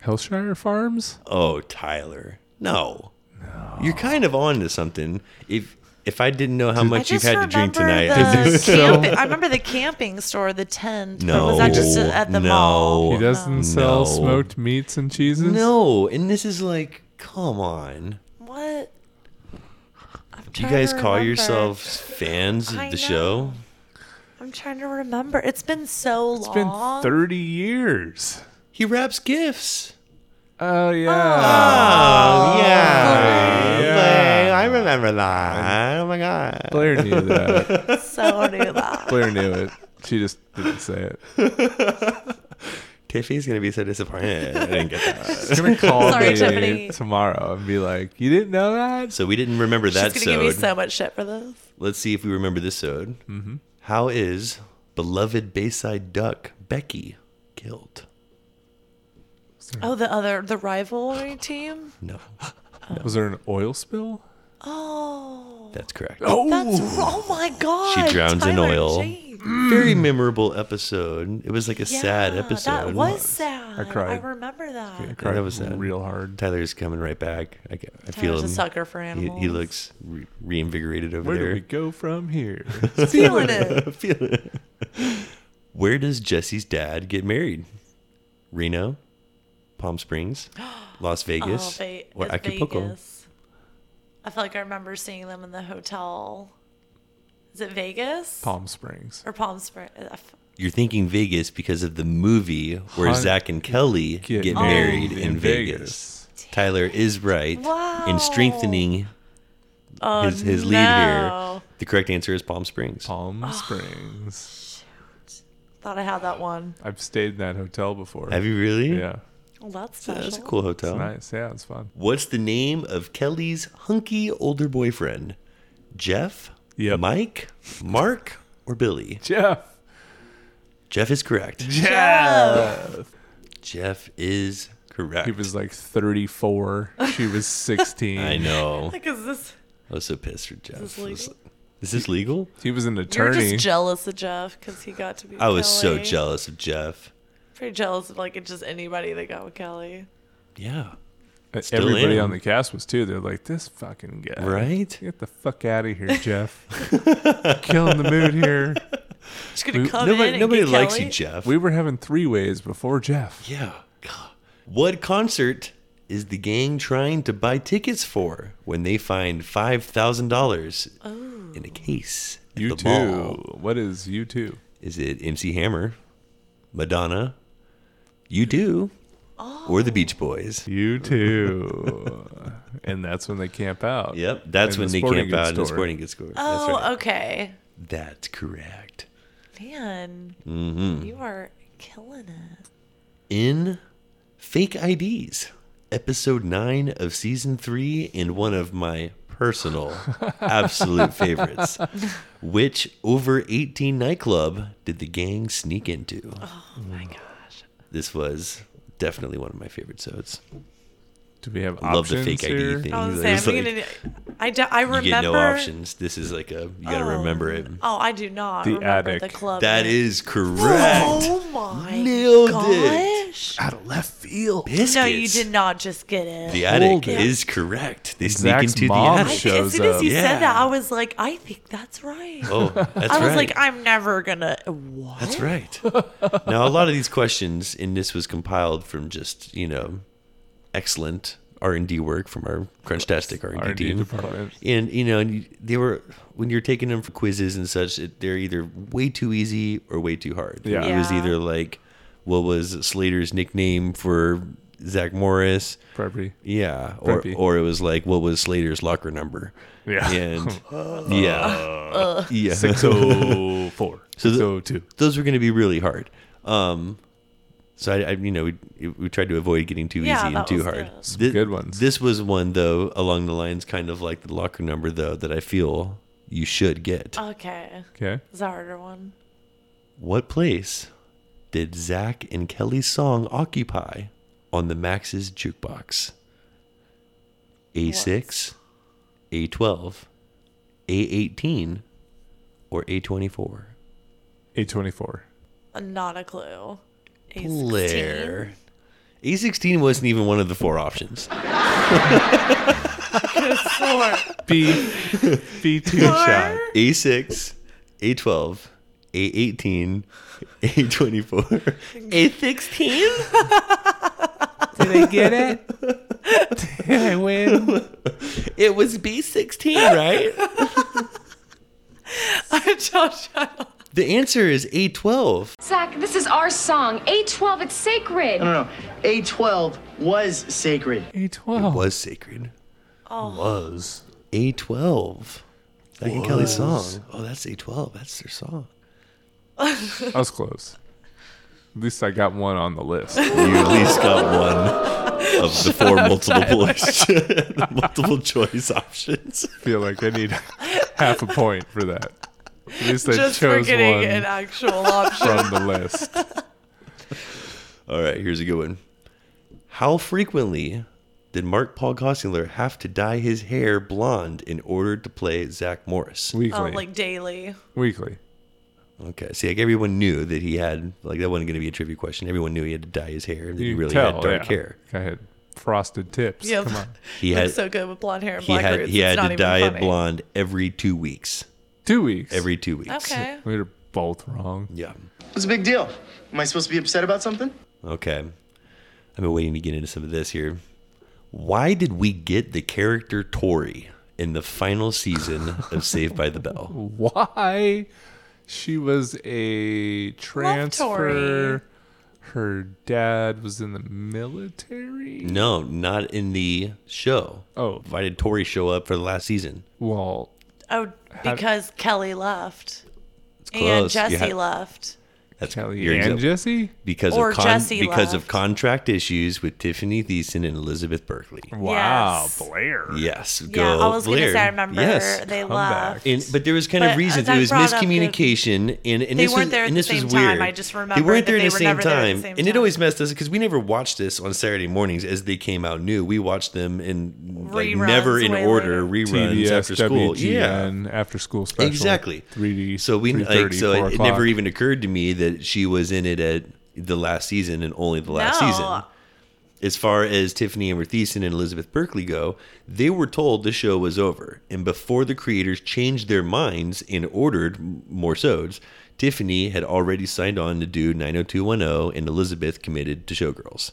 [SPEAKER 6] Hellshire Farms?
[SPEAKER 4] Oh, Tyler. No. You're kind of on to something. If if I didn't know how
[SPEAKER 5] I
[SPEAKER 4] much you've
[SPEAKER 5] just
[SPEAKER 4] had to drink tonight,
[SPEAKER 5] remember
[SPEAKER 4] I'd
[SPEAKER 5] the
[SPEAKER 4] just-
[SPEAKER 5] camping, I remember the camping store, the tent.
[SPEAKER 4] no.
[SPEAKER 5] No, was that just at the
[SPEAKER 4] no.
[SPEAKER 5] mall? Oh.
[SPEAKER 6] He doesn't
[SPEAKER 4] No.
[SPEAKER 6] sell smoked meats and cheeses?
[SPEAKER 4] No, and this is like, come on.
[SPEAKER 5] What?
[SPEAKER 4] Do
[SPEAKER 5] I'm
[SPEAKER 4] you
[SPEAKER 5] trying to
[SPEAKER 4] guys call
[SPEAKER 5] remember.
[SPEAKER 4] yourselves fans of
[SPEAKER 5] I
[SPEAKER 4] the show?
[SPEAKER 5] I'm trying to remember. It's been so
[SPEAKER 6] It's been
[SPEAKER 5] long.
[SPEAKER 6] 30 years.
[SPEAKER 4] He wraps gifts.
[SPEAKER 6] Oh, yeah.
[SPEAKER 4] Ah.
[SPEAKER 6] Oh,
[SPEAKER 4] Like, I remember that. Oh my god.
[SPEAKER 6] Blair knew that.
[SPEAKER 5] Oh, so new that.
[SPEAKER 6] Blair knew it. She just didn't say it.
[SPEAKER 4] Tiffy's gonna be so disappointed. I didn't get that.
[SPEAKER 6] She's going to call
[SPEAKER 5] Sorry,
[SPEAKER 6] me
[SPEAKER 5] Tiffany.
[SPEAKER 6] tomorrow and be like, you didn't know that?
[SPEAKER 4] So we didn't remember that
[SPEAKER 5] She's gonna give me
[SPEAKER 4] sode.
[SPEAKER 5] so much shit for this.
[SPEAKER 4] Let's see if we
[SPEAKER 6] Mm-hmm.
[SPEAKER 4] remember this sode. How is beloved Bayside duck Becky killed.
[SPEAKER 5] Oh, the other the rivalry team.
[SPEAKER 4] No,
[SPEAKER 6] Was there an oil spill?
[SPEAKER 5] Oh,
[SPEAKER 4] that's correct.
[SPEAKER 5] that's oh my god.
[SPEAKER 4] She drowns in
[SPEAKER 5] Tyler
[SPEAKER 4] oil.
[SPEAKER 5] Jane.
[SPEAKER 4] Very memorable episode. It was like a sad
[SPEAKER 5] Yeah,
[SPEAKER 4] episode.
[SPEAKER 5] That was sad. I
[SPEAKER 6] cried.
[SPEAKER 5] remember that.
[SPEAKER 6] I
[SPEAKER 4] that was sad.
[SPEAKER 6] real hard.
[SPEAKER 4] Tyler's coming right back. I, ca- I feel
[SPEAKER 5] Tyler's
[SPEAKER 4] him.
[SPEAKER 5] a sucker for
[SPEAKER 4] He,
[SPEAKER 5] animals.
[SPEAKER 4] he looks re- reinvigorated over
[SPEAKER 6] Where do
[SPEAKER 4] there.
[SPEAKER 6] we go from here?
[SPEAKER 5] feeling it.
[SPEAKER 4] Feel it. Where does Jesse's dad get married? Reno, Palm Springs, Las
[SPEAKER 5] Oh,
[SPEAKER 4] Vegas,
[SPEAKER 5] Ve-
[SPEAKER 4] or
[SPEAKER 5] it's
[SPEAKER 4] Acapulco?
[SPEAKER 5] Vegas. I feel like I remember seeing them in the hotel. Is it Vegas
[SPEAKER 6] Palm Springs.
[SPEAKER 5] or Palm Springs? I f-
[SPEAKER 4] You're thinking Vegas because of the movie where
[SPEAKER 6] Hun-
[SPEAKER 4] Zach and Kelly get,
[SPEAKER 5] Oh.
[SPEAKER 4] married in Vegas. Tyler is right
[SPEAKER 5] Wow.
[SPEAKER 4] in strengthening
[SPEAKER 5] Oh,
[SPEAKER 4] his, his lead
[SPEAKER 5] no.
[SPEAKER 4] here. The correct answer is Palm Springs.
[SPEAKER 6] Palm Springs.
[SPEAKER 5] Thought I had that one.
[SPEAKER 6] I've stayed in that hotel before.
[SPEAKER 4] Have you really?
[SPEAKER 6] Yeah.
[SPEAKER 5] Well, that's
[SPEAKER 4] Yeah,
[SPEAKER 5] special.
[SPEAKER 4] That's a cool hotel.
[SPEAKER 6] Nice. Yeah, it's fun.
[SPEAKER 4] What's the name of Kelly's hunky older boyfriend? Jeff?
[SPEAKER 6] Yep.
[SPEAKER 4] Mike? Mark? Or Billy?
[SPEAKER 6] Jeff.
[SPEAKER 4] Jeff is correct.
[SPEAKER 5] Yeah.
[SPEAKER 4] Jeff is correct.
[SPEAKER 6] He was like 34. She was 16.
[SPEAKER 4] I know.
[SPEAKER 5] Like, is this?
[SPEAKER 4] I was so pissed for Jeff. I was
[SPEAKER 5] this
[SPEAKER 4] like, Is this
[SPEAKER 5] legal?
[SPEAKER 4] legal?
[SPEAKER 6] He was an
[SPEAKER 5] You're
[SPEAKER 6] attorney.
[SPEAKER 5] just jealous of Jeff because he got to be.
[SPEAKER 4] I was so
[SPEAKER 5] Kelly.
[SPEAKER 4] jealous of Jeff.
[SPEAKER 5] Pretty jealous of like just anybody that got with Kelly.
[SPEAKER 4] Yeah.
[SPEAKER 6] Uh,
[SPEAKER 4] Still
[SPEAKER 6] Everybody
[SPEAKER 4] am.
[SPEAKER 6] on the cast was too. They're like, this fucking guy.
[SPEAKER 4] Right?
[SPEAKER 6] Get the fuck out of here, Jeff. Killing the mood here.
[SPEAKER 5] Just gonna come in
[SPEAKER 4] nobody
[SPEAKER 5] Oh, and
[SPEAKER 4] nobody
[SPEAKER 5] get
[SPEAKER 4] likes
[SPEAKER 5] Kelly.
[SPEAKER 4] you, Jeff.
[SPEAKER 6] We were having three ways before Jeff.
[SPEAKER 4] yeah. God. What concert is the gang trying to buy tickets for when they find $5,000
[SPEAKER 5] Oh.
[SPEAKER 4] in a case? at
[SPEAKER 6] You
[SPEAKER 4] the
[SPEAKER 6] too.
[SPEAKER 4] mall?
[SPEAKER 6] What is you too?
[SPEAKER 4] Is it MC Hammer, Madonna, You Do,
[SPEAKER 5] Oh.
[SPEAKER 4] or the Beach Boys?
[SPEAKER 6] You too. and that's when they camp out.
[SPEAKER 4] Yep, that's
[SPEAKER 6] In
[SPEAKER 4] when
[SPEAKER 6] the
[SPEAKER 4] they
[SPEAKER 6] sporting
[SPEAKER 4] camp
[SPEAKER 6] goods
[SPEAKER 4] out in the
[SPEAKER 6] store.
[SPEAKER 4] sporting goods store.
[SPEAKER 5] Oh,
[SPEAKER 4] that's right.
[SPEAKER 5] okay.
[SPEAKER 4] That's correct.
[SPEAKER 5] Man,
[SPEAKER 4] Mm-hmm.
[SPEAKER 5] you are killing it.
[SPEAKER 4] In Fake IDs, episode nine of season three, and one of my personal, absolute favorites. Which over 18 nightclub did the gang sneak into?
[SPEAKER 5] Oh my gosh.
[SPEAKER 4] This was definitely one of my favorite sodes.
[SPEAKER 6] Do we have
[SPEAKER 4] Love
[SPEAKER 6] options
[SPEAKER 4] the fake
[SPEAKER 6] here?
[SPEAKER 4] ID thing.
[SPEAKER 5] I was
[SPEAKER 4] It
[SPEAKER 5] saying,
[SPEAKER 4] was
[SPEAKER 5] I'm
[SPEAKER 4] like-
[SPEAKER 5] Oh, gonna. I, do, I remember.
[SPEAKER 4] You get no options. This is like a you gotta
[SPEAKER 5] Oh,
[SPEAKER 4] remember it.
[SPEAKER 5] Oh, I do not
[SPEAKER 6] The
[SPEAKER 5] remember
[SPEAKER 6] attic.
[SPEAKER 5] the club.
[SPEAKER 4] That
[SPEAKER 5] name.
[SPEAKER 4] is correct.
[SPEAKER 5] Oh my
[SPEAKER 4] Nailed it.
[SPEAKER 5] gosh.
[SPEAKER 6] Out of left field.
[SPEAKER 4] Biscuits.
[SPEAKER 5] No, you did not just get it.
[SPEAKER 4] The
[SPEAKER 6] Hold
[SPEAKER 4] attic
[SPEAKER 6] it.
[SPEAKER 4] is correct. They sneak
[SPEAKER 6] Zach's
[SPEAKER 4] into the
[SPEAKER 6] mom
[SPEAKER 5] I,
[SPEAKER 4] attic.
[SPEAKER 5] think as
[SPEAKER 6] shows
[SPEAKER 5] soon as
[SPEAKER 6] up.
[SPEAKER 5] you
[SPEAKER 4] Yeah.
[SPEAKER 5] said that, I was like, I think that's right.
[SPEAKER 4] Oh, that's
[SPEAKER 5] I was
[SPEAKER 4] right.
[SPEAKER 5] like, I'm never gonna. What?
[SPEAKER 4] that's right. now a lot of these questions in this was compiled from just you know excellent R and D work from our Crunchtastic R
[SPEAKER 6] R&D
[SPEAKER 4] and D team.
[SPEAKER 6] department.
[SPEAKER 4] And you know, and you- they were when you're taking them for quizzes and such, it, they're either way too easy or way too hard.
[SPEAKER 6] Yeah.
[SPEAKER 4] It was
[SPEAKER 5] Yeah.
[SPEAKER 4] either like, what was Slater's nickname for Zach Morris?
[SPEAKER 6] Property.
[SPEAKER 4] Yeah, or,
[SPEAKER 6] Preppy.
[SPEAKER 4] or it was like what was Slater's locker number?
[SPEAKER 6] Yeah.
[SPEAKER 4] and
[SPEAKER 6] Uh,
[SPEAKER 4] yeah, yeah.
[SPEAKER 6] 604.
[SPEAKER 4] So the-
[SPEAKER 6] 602.
[SPEAKER 4] Those were going to be really hard. Um, so I, I you know, we, we tried to avoid getting too
[SPEAKER 5] Yeah,
[SPEAKER 4] easy and
[SPEAKER 5] that
[SPEAKER 4] too
[SPEAKER 5] was
[SPEAKER 4] hard.
[SPEAKER 5] the- Some
[SPEAKER 4] Thi-
[SPEAKER 6] good ones.
[SPEAKER 4] This was one though, along the lines, kind of like the locker number though, that I feel you should get.
[SPEAKER 5] Uh. Okay,
[SPEAKER 6] Okay.
[SPEAKER 5] it's a harder one.
[SPEAKER 4] what place did Zach and Kelly's song occupy on the Max's jukebox? A6, A12, A18, or A24?
[SPEAKER 6] A24.
[SPEAKER 5] Uh, Not a clue. A
[SPEAKER 4] Blair. A16 E wasn't even one of the four options.
[SPEAKER 6] B, B2 shot.
[SPEAKER 4] E A6, E A12, E A18, E A24, A16?
[SPEAKER 6] Did I get it? Did I win?
[SPEAKER 4] It was B16, right? The answer is E A12.
[SPEAKER 7] Zach, this is our song. A12, it's sacred.
[SPEAKER 9] No, no. A12 was sacred.
[SPEAKER 6] A12.
[SPEAKER 4] Was sacred.
[SPEAKER 6] was.
[SPEAKER 4] A12. Zach and Kelly's song. Oh, that's A12. That's their song.
[SPEAKER 6] I was close. At least I got one on the list.
[SPEAKER 4] You at least got one of the four multiple choice, multiple choice options.
[SPEAKER 6] feel like I need half a point for that. At least I
[SPEAKER 5] Just for
[SPEAKER 6] chose
[SPEAKER 5] getting
[SPEAKER 6] one
[SPEAKER 5] an actual option.
[SPEAKER 6] from the list.
[SPEAKER 4] All right, here's a good one. How frequently did Mark Paul Gosselaar have to dye his hair blonde in order to play Zach Morris?
[SPEAKER 5] Oh,
[SPEAKER 6] Weekly.
[SPEAKER 5] like daily.
[SPEAKER 6] Weekly.
[SPEAKER 4] Okay, see, like everyone knew that he had like that wasn't going to be a trivia question. Everyone knew he had to dye his hair. and That he
[SPEAKER 6] You
[SPEAKER 4] really
[SPEAKER 6] tell,
[SPEAKER 4] had dark
[SPEAKER 6] yeah.
[SPEAKER 4] hair.
[SPEAKER 6] Guy had frosted tips.
[SPEAKER 5] Yep.
[SPEAKER 6] Come on.
[SPEAKER 4] He
[SPEAKER 5] Looks
[SPEAKER 4] had
[SPEAKER 5] so good with blonde hair and
[SPEAKER 4] he
[SPEAKER 5] black
[SPEAKER 4] had
[SPEAKER 5] roots.
[SPEAKER 4] he
[SPEAKER 5] It's
[SPEAKER 4] had
[SPEAKER 5] not
[SPEAKER 4] to
[SPEAKER 5] even
[SPEAKER 4] dye it
[SPEAKER 5] funny.
[SPEAKER 4] blonde every two weeks.
[SPEAKER 6] Two weeks.
[SPEAKER 4] Every two weeks.
[SPEAKER 5] Okay.
[SPEAKER 6] We were both wrong.
[SPEAKER 4] Yeah.
[SPEAKER 9] What's the big deal? Am I supposed to be upset about something?
[SPEAKER 4] Okay. I've been waiting to get into some of this here. Why did we get the character Tori in the final season of Saved by the Bell?
[SPEAKER 6] Why? She was a transfer. Her dad was in the military.
[SPEAKER 4] No, not in the show.
[SPEAKER 6] Oh.
[SPEAKER 4] Why did Tori show up for the last season?
[SPEAKER 6] Well,
[SPEAKER 5] Oh, because Kelly left
[SPEAKER 4] It's
[SPEAKER 5] and
[SPEAKER 4] You
[SPEAKER 5] Jesse
[SPEAKER 4] had-
[SPEAKER 5] left.
[SPEAKER 4] That's
[SPEAKER 6] Kelly
[SPEAKER 4] you're
[SPEAKER 6] and
[SPEAKER 4] exact-
[SPEAKER 6] Jesse.
[SPEAKER 4] because
[SPEAKER 5] Or
[SPEAKER 4] of con-
[SPEAKER 5] Jesse
[SPEAKER 4] because of
[SPEAKER 5] left.
[SPEAKER 4] contract issues with Tiffany Thiessen and Elizabeth Berkley.
[SPEAKER 6] Wow,
[SPEAKER 5] Yes.
[SPEAKER 6] Blair.
[SPEAKER 4] Yes,
[SPEAKER 5] yeah,
[SPEAKER 4] go
[SPEAKER 5] I was gonna
[SPEAKER 4] Blair.
[SPEAKER 5] say I remember
[SPEAKER 4] Yes,
[SPEAKER 5] they
[SPEAKER 6] back.
[SPEAKER 5] left.
[SPEAKER 4] And, but there was kind
[SPEAKER 5] But,
[SPEAKER 4] of
[SPEAKER 5] uh,
[SPEAKER 4] reasons.
[SPEAKER 5] that
[SPEAKER 4] It was
[SPEAKER 5] brought up the-
[SPEAKER 4] miscommunication, and, and
[SPEAKER 5] They
[SPEAKER 4] this
[SPEAKER 5] weren't
[SPEAKER 4] was,
[SPEAKER 5] there at
[SPEAKER 4] and
[SPEAKER 5] the
[SPEAKER 4] this
[SPEAKER 5] same
[SPEAKER 4] was
[SPEAKER 5] time.
[SPEAKER 4] weird.
[SPEAKER 5] I just
[SPEAKER 4] they
[SPEAKER 5] remembered
[SPEAKER 4] weren't
[SPEAKER 5] that
[SPEAKER 4] there in
[SPEAKER 5] they
[SPEAKER 4] the
[SPEAKER 5] were
[SPEAKER 4] same
[SPEAKER 5] never there at the
[SPEAKER 4] time,
[SPEAKER 5] same
[SPEAKER 4] and it
[SPEAKER 5] time.
[SPEAKER 4] always messed us because we never watched this on Saturday mornings as they came out new. We watched them in like
[SPEAKER 5] Reruns
[SPEAKER 4] never in
[SPEAKER 5] way
[SPEAKER 4] order
[SPEAKER 5] later.
[SPEAKER 4] reruns
[SPEAKER 6] TBS,
[SPEAKER 4] after school. Yeah,
[SPEAKER 6] WGN, after school special.
[SPEAKER 4] exactly.
[SPEAKER 6] 3D.
[SPEAKER 4] So we like
[SPEAKER 6] 3:30,
[SPEAKER 4] so
[SPEAKER 6] four
[SPEAKER 4] it, it never
[SPEAKER 6] o'clock.
[SPEAKER 4] even occurred to me that she was in it at the last season and only the last
[SPEAKER 5] No.
[SPEAKER 4] season. As far as Tiffany Amber Thiessen and Elizabeth Berkley go, they were told the show was over, and before the creators changed their minds and ordered m- more sods, Tiffany had already signed on to do 90210, and Elizabeth committed to Showgirls.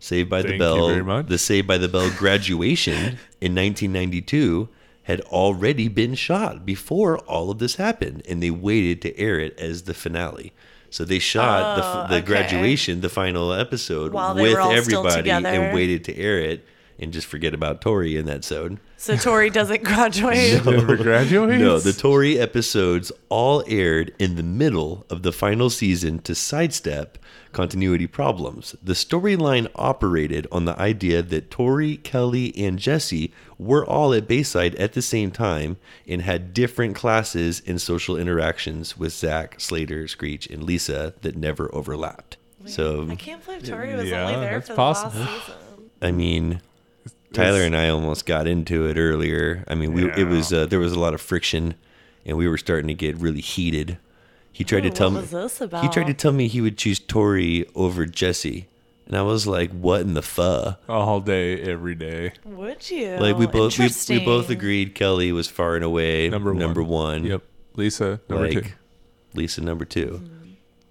[SPEAKER 4] Saved by the
[SPEAKER 6] Thank you
[SPEAKER 4] Bell,
[SPEAKER 6] very much.
[SPEAKER 4] the Saved by the Bell graduation in 1992 had already been shot before all of this happened, and they waited to air it as the finale. So they shot the, f- the
[SPEAKER 5] okay.
[SPEAKER 4] graduation, the final episode,
[SPEAKER 5] While they
[SPEAKER 4] with
[SPEAKER 5] were all still
[SPEAKER 4] everybody,
[SPEAKER 5] together.
[SPEAKER 4] and waited to air it, and just forget about Tori in that zone.
[SPEAKER 5] So Tori doesn't graduate.
[SPEAKER 6] Never graduates?
[SPEAKER 4] No, the Tory episodes all aired in the middle of the final season to sidestep continuity problems. The storyline operated on the idea that Tori, Kelly, and Jesse were all at Bayside at the same time and had different classes and social interactions with Zach, Slater, Screech, and Lisa that never overlapped. So,
[SPEAKER 5] I can't believe Tori was
[SPEAKER 6] Yeah,
[SPEAKER 5] only there
[SPEAKER 6] that's
[SPEAKER 5] for the
[SPEAKER 6] possible.
[SPEAKER 5] last season.
[SPEAKER 4] I mean, Tyler and I almost got into it earlier. I mean, we it was uh, there was a lot of friction, and we were starting to get really heated. He tried to
[SPEAKER 5] Ooh,
[SPEAKER 4] tell
[SPEAKER 5] what
[SPEAKER 4] me
[SPEAKER 5] was this
[SPEAKER 4] he tried to
[SPEAKER 5] about?
[SPEAKER 4] tell me he would choose Tori over Jesse, and I was like, "What in the fuh?"
[SPEAKER 6] all day, every day.
[SPEAKER 5] Would you?
[SPEAKER 4] Like we both we, we both
[SPEAKER 5] Oh, Interesting.
[SPEAKER 4] agreed Kelly was far and away
[SPEAKER 6] Number one.
[SPEAKER 4] Number one.
[SPEAKER 6] Yep. Lisa, number
[SPEAKER 4] Like
[SPEAKER 6] two.
[SPEAKER 4] Lisa number two.
[SPEAKER 5] Mm-hmm.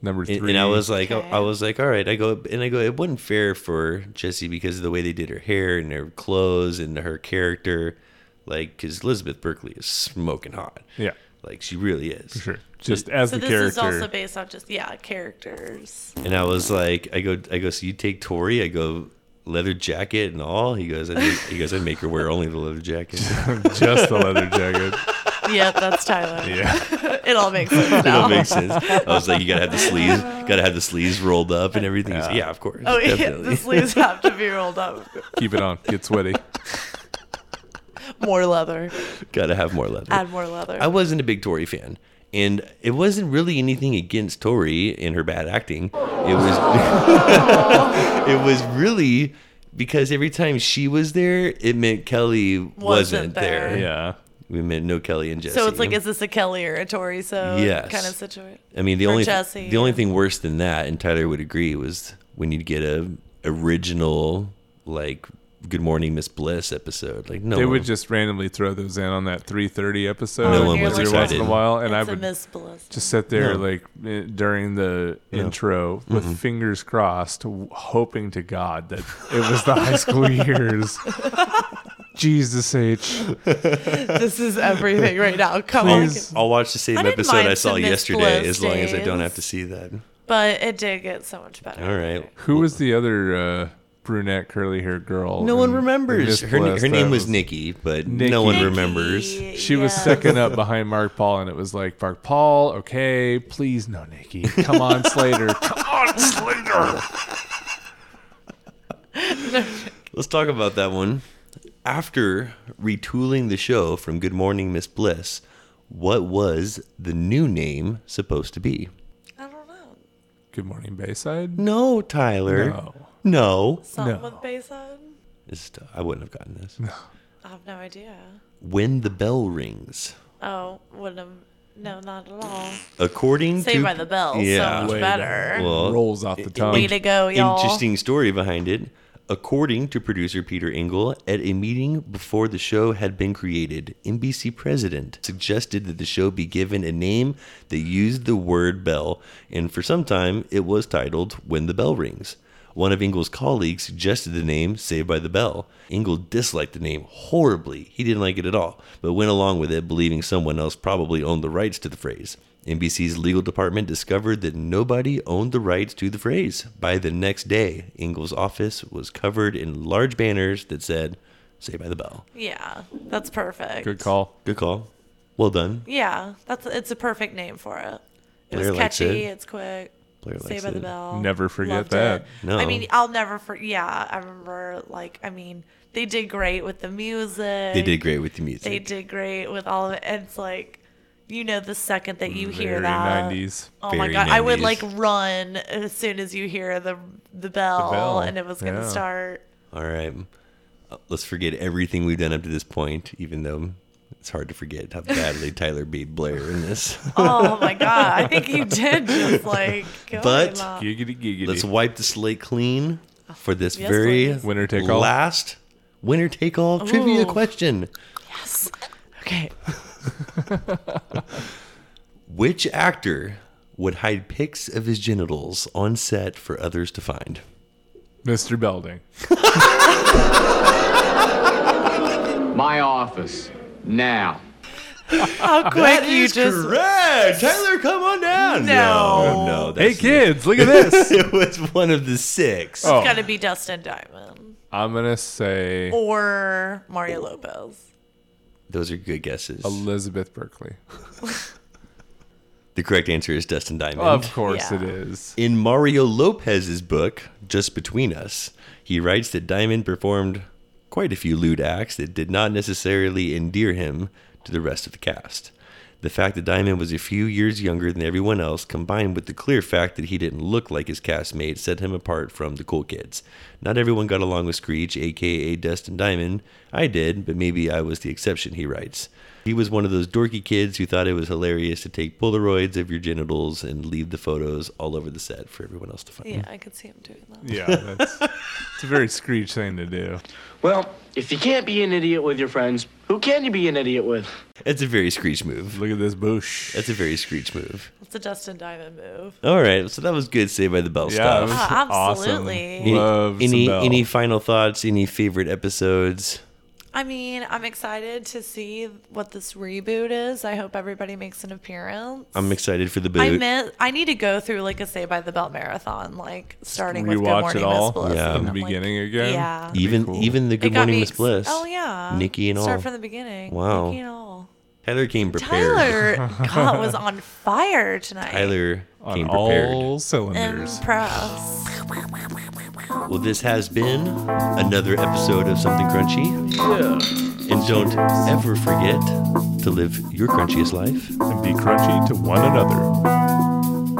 [SPEAKER 6] Number three.
[SPEAKER 4] And, and I was like,
[SPEAKER 5] Okay.
[SPEAKER 4] I was like, all right, I go, and I go, it wasn't fair for Jesse because of the way they did her hair and her clothes and her character. Like, because Elizabeth Berkley is smoking hot.
[SPEAKER 6] Yeah,
[SPEAKER 4] Like, she really is.
[SPEAKER 6] sure. Just as
[SPEAKER 5] So
[SPEAKER 6] the
[SPEAKER 5] this is also
[SPEAKER 6] character.
[SPEAKER 5] based on just yeah characters.
[SPEAKER 4] And I was like, I go, I go, so you take Tori, I go, leather jacket and all. He goes, I make, he goes, I make her wear only the leather jacket.
[SPEAKER 6] just the leather jacket.
[SPEAKER 5] yep, that's Tyler.
[SPEAKER 6] Yeah.
[SPEAKER 5] It all makes sense now.
[SPEAKER 4] That makes sense. I was like, you gotta have the sleeves, gotta have the sleeves rolled up and everything. He's, Yeah, of course.
[SPEAKER 5] Oh yeah,
[SPEAKER 4] definitely.
[SPEAKER 5] the sleeves have to be rolled up.
[SPEAKER 6] Keep it on. Get sweaty.
[SPEAKER 5] More leather.
[SPEAKER 4] gotta have more leather.
[SPEAKER 5] Add more leather.
[SPEAKER 4] I wasn't a big Tory fan, and it wasn't really anything against Tory and her bad acting. It was, it was really because every time she was there, it meant Kelly wasn't, there.
[SPEAKER 5] there.
[SPEAKER 6] Yeah.
[SPEAKER 4] We meant no Kelly and Jesse.
[SPEAKER 5] so it's like, is this a Kelly or a Tori? So
[SPEAKER 4] Yes.
[SPEAKER 5] kind of situation.
[SPEAKER 4] I mean, the
[SPEAKER 5] or
[SPEAKER 4] only
[SPEAKER 5] Jesse.
[SPEAKER 4] the only thing worse than that, and Tyler would agree, was when you'd get a original like Good Morning Miss Bliss episode. Like no,
[SPEAKER 6] They
[SPEAKER 4] one-
[SPEAKER 6] would just randomly throw those in on that 3:30 episode.
[SPEAKER 4] No one
[SPEAKER 5] you're
[SPEAKER 4] was
[SPEAKER 5] like,
[SPEAKER 6] every once in
[SPEAKER 4] excited.
[SPEAKER 6] a while, and
[SPEAKER 5] And
[SPEAKER 6] I
[SPEAKER 5] it's a
[SPEAKER 6] would
[SPEAKER 5] Miss Bliss.
[SPEAKER 6] just sit there
[SPEAKER 4] No.
[SPEAKER 6] like eh, during the intro
[SPEAKER 4] Mm-hmm.
[SPEAKER 6] with fingers crossed, w- hoping to God that it was the high school years. Jesus H.
[SPEAKER 5] this is everything right now. Come
[SPEAKER 6] Please.
[SPEAKER 5] on.
[SPEAKER 4] I'll watch the same
[SPEAKER 5] I didn't
[SPEAKER 4] episode
[SPEAKER 5] mind
[SPEAKER 4] I saw
[SPEAKER 5] some Miss
[SPEAKER 4] yesterday,
[SPEAKER 5] Bliss
[SPEAKER 4] as long as I don't
[SPEAKER 5] days.
[SPEAKER 4] have to see that.
[SPEAKER 5] But it did get so much better.
[SPEAKER 4] All right.
[SPEAKER 6] Who was the other uh, brunette, curly hair girl?
[SPEAKER 4] No one
[SPEAKER 6] in- in
[SPEAKER 4] remembers.
[SPEAKER 6] Miss
[SPEAKER 4] Her,
[SPEAKER 6] Bliss?
[SPEAKER 4] her name
[SPEAKER 6] That
[SPEAKER 4] was Nikki, but
[SPEAKER 6] Nikki.
[SPEAKER 4] no one
[SPEAKER 5] Nikki,
[SPEAKER 4] remembers.
[SPEAKER 6] She was
[SPEAKER 5] yes.
[SPEAKER 6] second up behind Mark Paul, and it was like, Mark Paul, okay, please no Nikki. Come on, Slater. Come on, Slater.
[SPEAKER 4] Let's talk about that one. After retooling the show from Good Morning Miss Bliss, what was the new name supposed to be?
[SPEAKER 5] I don't know.
[SPEAKER 6] Good Morning Bayside? Oh.
[SPEAKER 4] No, Tyler.
[SPEAKER 6] No.
[SPEAKER 4] No.
[SPEAKER 5] Something
[SPEAKER 6] No.
[SPEAKER 5] with Bayside?
[SPEAKER 4] This- I wouldn't have gotten this.
[SPEAKER 5] I have no idea.
[SPEAKER 4] When the bell rings.
[SPEAKER 5] Oh, wouldn't have. No, not at all.
[SPEAKER 4] According
[SPEAKER 5] Saved
[SPEAKER 4] to
[SPEAKER 5] by the Bell.
[SPEAKER 4] Yeah.
[SPEAKER 5] So much
[SPEAKER 6] Way
[SPEAKER 5] better.
[SPEAKER 4] Well,
[SPEAKER 6] Rolls off the tongue.
[SPEAKER 5] Way to go, y'all.
[SPEAKER 4] Interesting story behind it. According to producer Peter Engel, at a meeting before the show had been created, NBC president suggested that the show be given a name that used the word bell, and for some time it was titled When the Bell Rings. One of Engel's colleagues suggested the name Saved by the Bell. Engel disliked the name horribly. He didn't like it at all, but went along with it, believing someone else probably owned the rights to the phrase. NBC's legal department discovered that nobody owned the rights to the phrase. By the next day, Engel's office was covered in large banners that said, Saved by the Bell.
[SPEAKER 5] Yeah, that's perfect.
[SPEAKER 6] Good call.
[SPEAKER 4] Good call. Well done.
[SPEAKER 5] Yeah, that's it's a perfect name for it. It
[SPEAKER 4] Blair
[SPEAKER 5] was
[SPEAKER 4] likes
[SPEAKER 5] catchy.
[SPEAKER 4] it.
[SPEAKER 5] It's quick.
[SPEAKER 4] Blair likes
[SPEAKER 5] Saved by the
[SPEAKER 4] it.
[SPEAKER 5] Bell.
[SPEAKER 6] Never forget
[SPEAKER 5] Loved
[SPEAKER 6] that.
[SPEAKER 5] it.
[SPEAKER 4] No.
[SPEAKER 5] I mean, I'll never for. Yeah, I remember. Like, I mean, they did great with the music.
[SPEAKER 4] They did great with the music.
[SPEAKER 5] They did great with all of it. And it's like, you know, the second that you
[SPEAKER 6] Very
[SPEAKER 5] hear that.
[SPEAKER 6] 90s.
[SPEAKER 5] Oh my
[SPEAKER 4] Very
[SPEAKER 5] god! I would
[SPEAKER 4] 90s.
[SPEAKER 5] like run as soon as you hear the the bell,
[SPEAKER 6] bell,
[SPEAKER 5] and it was gonna
[SPEAKER 6] yeah.
[SPEAKER 5] start.
[SPEAKER 4] All right. Uh, Let's forget everything we've done up to this point, even though it's hard to forget how badly Tyler beat Blair in this.
[SPEAKER 5] Oh my god! I think you did just like. go
[SPEAKER 4] But-
[SPEAKER 5] Emma.
[SPEAKER 6] Giggity giggity.
[SPEAKER 4] Let's wipe the slate clean for this
[SPEAKER 5] Yes,
[SPEAKER 4] very
[SPEAKER 5] please.
[SPEAKER 6] Winner take all.
[SPEAKER 4] last winner take all trivia
[SPEAKER 5] Ooh.
[SPEAKER 4] question.
[SPEAKER 5] okay,
[SPEAKER 4] Which actor would hide pics of his genitals on set for others to find?
[SPEAKER 6] Mr. Belding.
[SPEAKER 10] My office. Now.
[SPEAKER 5] how quick you just
[SPEAKER 4] correct. Tyler, come on down.
[SPEAKER 5] No.
[SPEAKER 4] no, no
[SPEAKER 6] Hey
[SPEAKER 4] that's-
[SPEAKER 6] kids, look at this.
[SPEAKER 4] It was one of the six.
[SPEAKER 6] Oh.
[SPEAKER 5] gotta be Dustin Diamond
[SPEAKER 6] I'm gonna say
[SPEAKER 5] or Mario Lopez.
[SPEAKER 4] Those are good guesses.
[SPEAKER 6] Elizabeth Berkeley.
[SPEAKER 4] The correct answer is Dustin Diamond.
[SPEAKER 6] Of course
[SPEAKER 5] Yeah.
[SPEAKER 6] it is.
[SPEAKER 4] In Mario Lopez's book, Just Between Us, he writes that Diamond performed quite a few lewd acts that did not necessarily endear him to the rest of the cast. The fact that Diamond was a few years younger than everyone else, combined with the clear fact that he didn't look like his castmates, set him apart from the cool kids. Not everyone got along with Screech, aka Dustin Diamond. I did, but maybe I was the exception, he writes. He was one of those dorky kids who thought it was hilarious to take Polaroids of your genitals and leave the photos all over the set for everyone else to find.
[SPEAKER 5] Yeah, I could see him doing that.
[SPEAKER 6] Yeah, that's it's a very screech thing to do.
[SPEAKER 8] Well, if you can't be an idiot with your friends, who can you be an idiot with?
[SPEAKER 4] It's a very Screech move.
[SPEAKER 6] Look at this boosh.
[SPEAKER 4] That's a very Screech move.
[SPEAKER 5] It's a Dustin Diamond move.
[SPEAKER 4] All right, so that was good Saved by the Bell
[SPEAKER 6] Yeah,
[SPEAKER 4] stuff.
[SPEAKER 6] it was
[SPEAKER 5] Ah,
[SPEAKER 6] awesome.
[SPEAKER 5] absolutely.
[SPEAKER 4] Any-
[SPEAKER 6] Love some
[SPEAKER 4] any
[SPEAKER 6] Bell.
[SPEAKER 4] any final thoughts? Any favorite episodes?
[SPEAKER 5] I mean, I'm excited to see what this reboot is. I hope everybody makes an appearance.
[SPEAKER 4] I'm excited for the boot.
[SPEAKER 5] I meant I need to go through like a Say by the Belt marathon, like starting with Good
[SPEAKER 6] Rewatch
[SPEAKER 5] Morning
[SPEAKER 6] it
[SPEAKER 5] Miss
[SPEAKER 6] all
[SPEAKER 5] Bliss.
[SPEAKER 4] Yeah.
[SPEAKER 5] and
[SPEAKER 6] from the
[SPEAKER 5] I'm like,
[SPEAKER 6] beginning again.
[SPEAKER 5] Yeah.
[SPEAKER 4] even
[SPEAKER 6] cool.
[SPEAKER 4] even the
[SPEAKER 5] It
[SPEAKER 4] Good
[SPEAKER 5] got
[SPEAKER 4] Morning
[SPEAKER 5] me
[SPEAKER 4] Miss
[SPEAKER 5] ex-
[SPEAKER 4] Bliss.
[SPEAKER 5] Oh yeah.
[SPEAKER 4] Nikki and all.
[SPEAKER 5] Start from the beginning.
[SPEAKER 4] Wow.
[SPEAKER 5] Nikki and all.
[SPEAKER 4] Tyler came prepared.
[SPEAKER 5] Tyler God, was on fire tonight.
[SPEAKER 4] Tyler
[SPEAKER 6] On
[SPEAKER 4] came prepared.
[SPEAKER 6] all cylinders.
[SPEAKER 5] Impressed.
[SPEAKER 4] Well, this has been another episode of Something Crunchy. Yeah. And don't ever forget to live your crunchiest life.
[SPEAKER 6] and be crunchy to one another.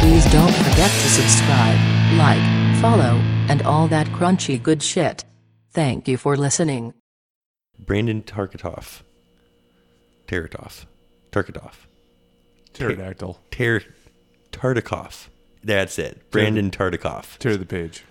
[SPEAKER 11] Please don't forget to subscribe, like, follow, and all that crunchy good shit. Thank you for listening.
[SPEAKER 4] Brandon Tarkatoff. Taratoff. Tarkatoff.
[SPEAKER 6] Pterodactyl.
[SPEAKER 4] Tar- Tartikoff. That's it. Brandon Tartikoff.
[SPEAKER 6] Tear the page.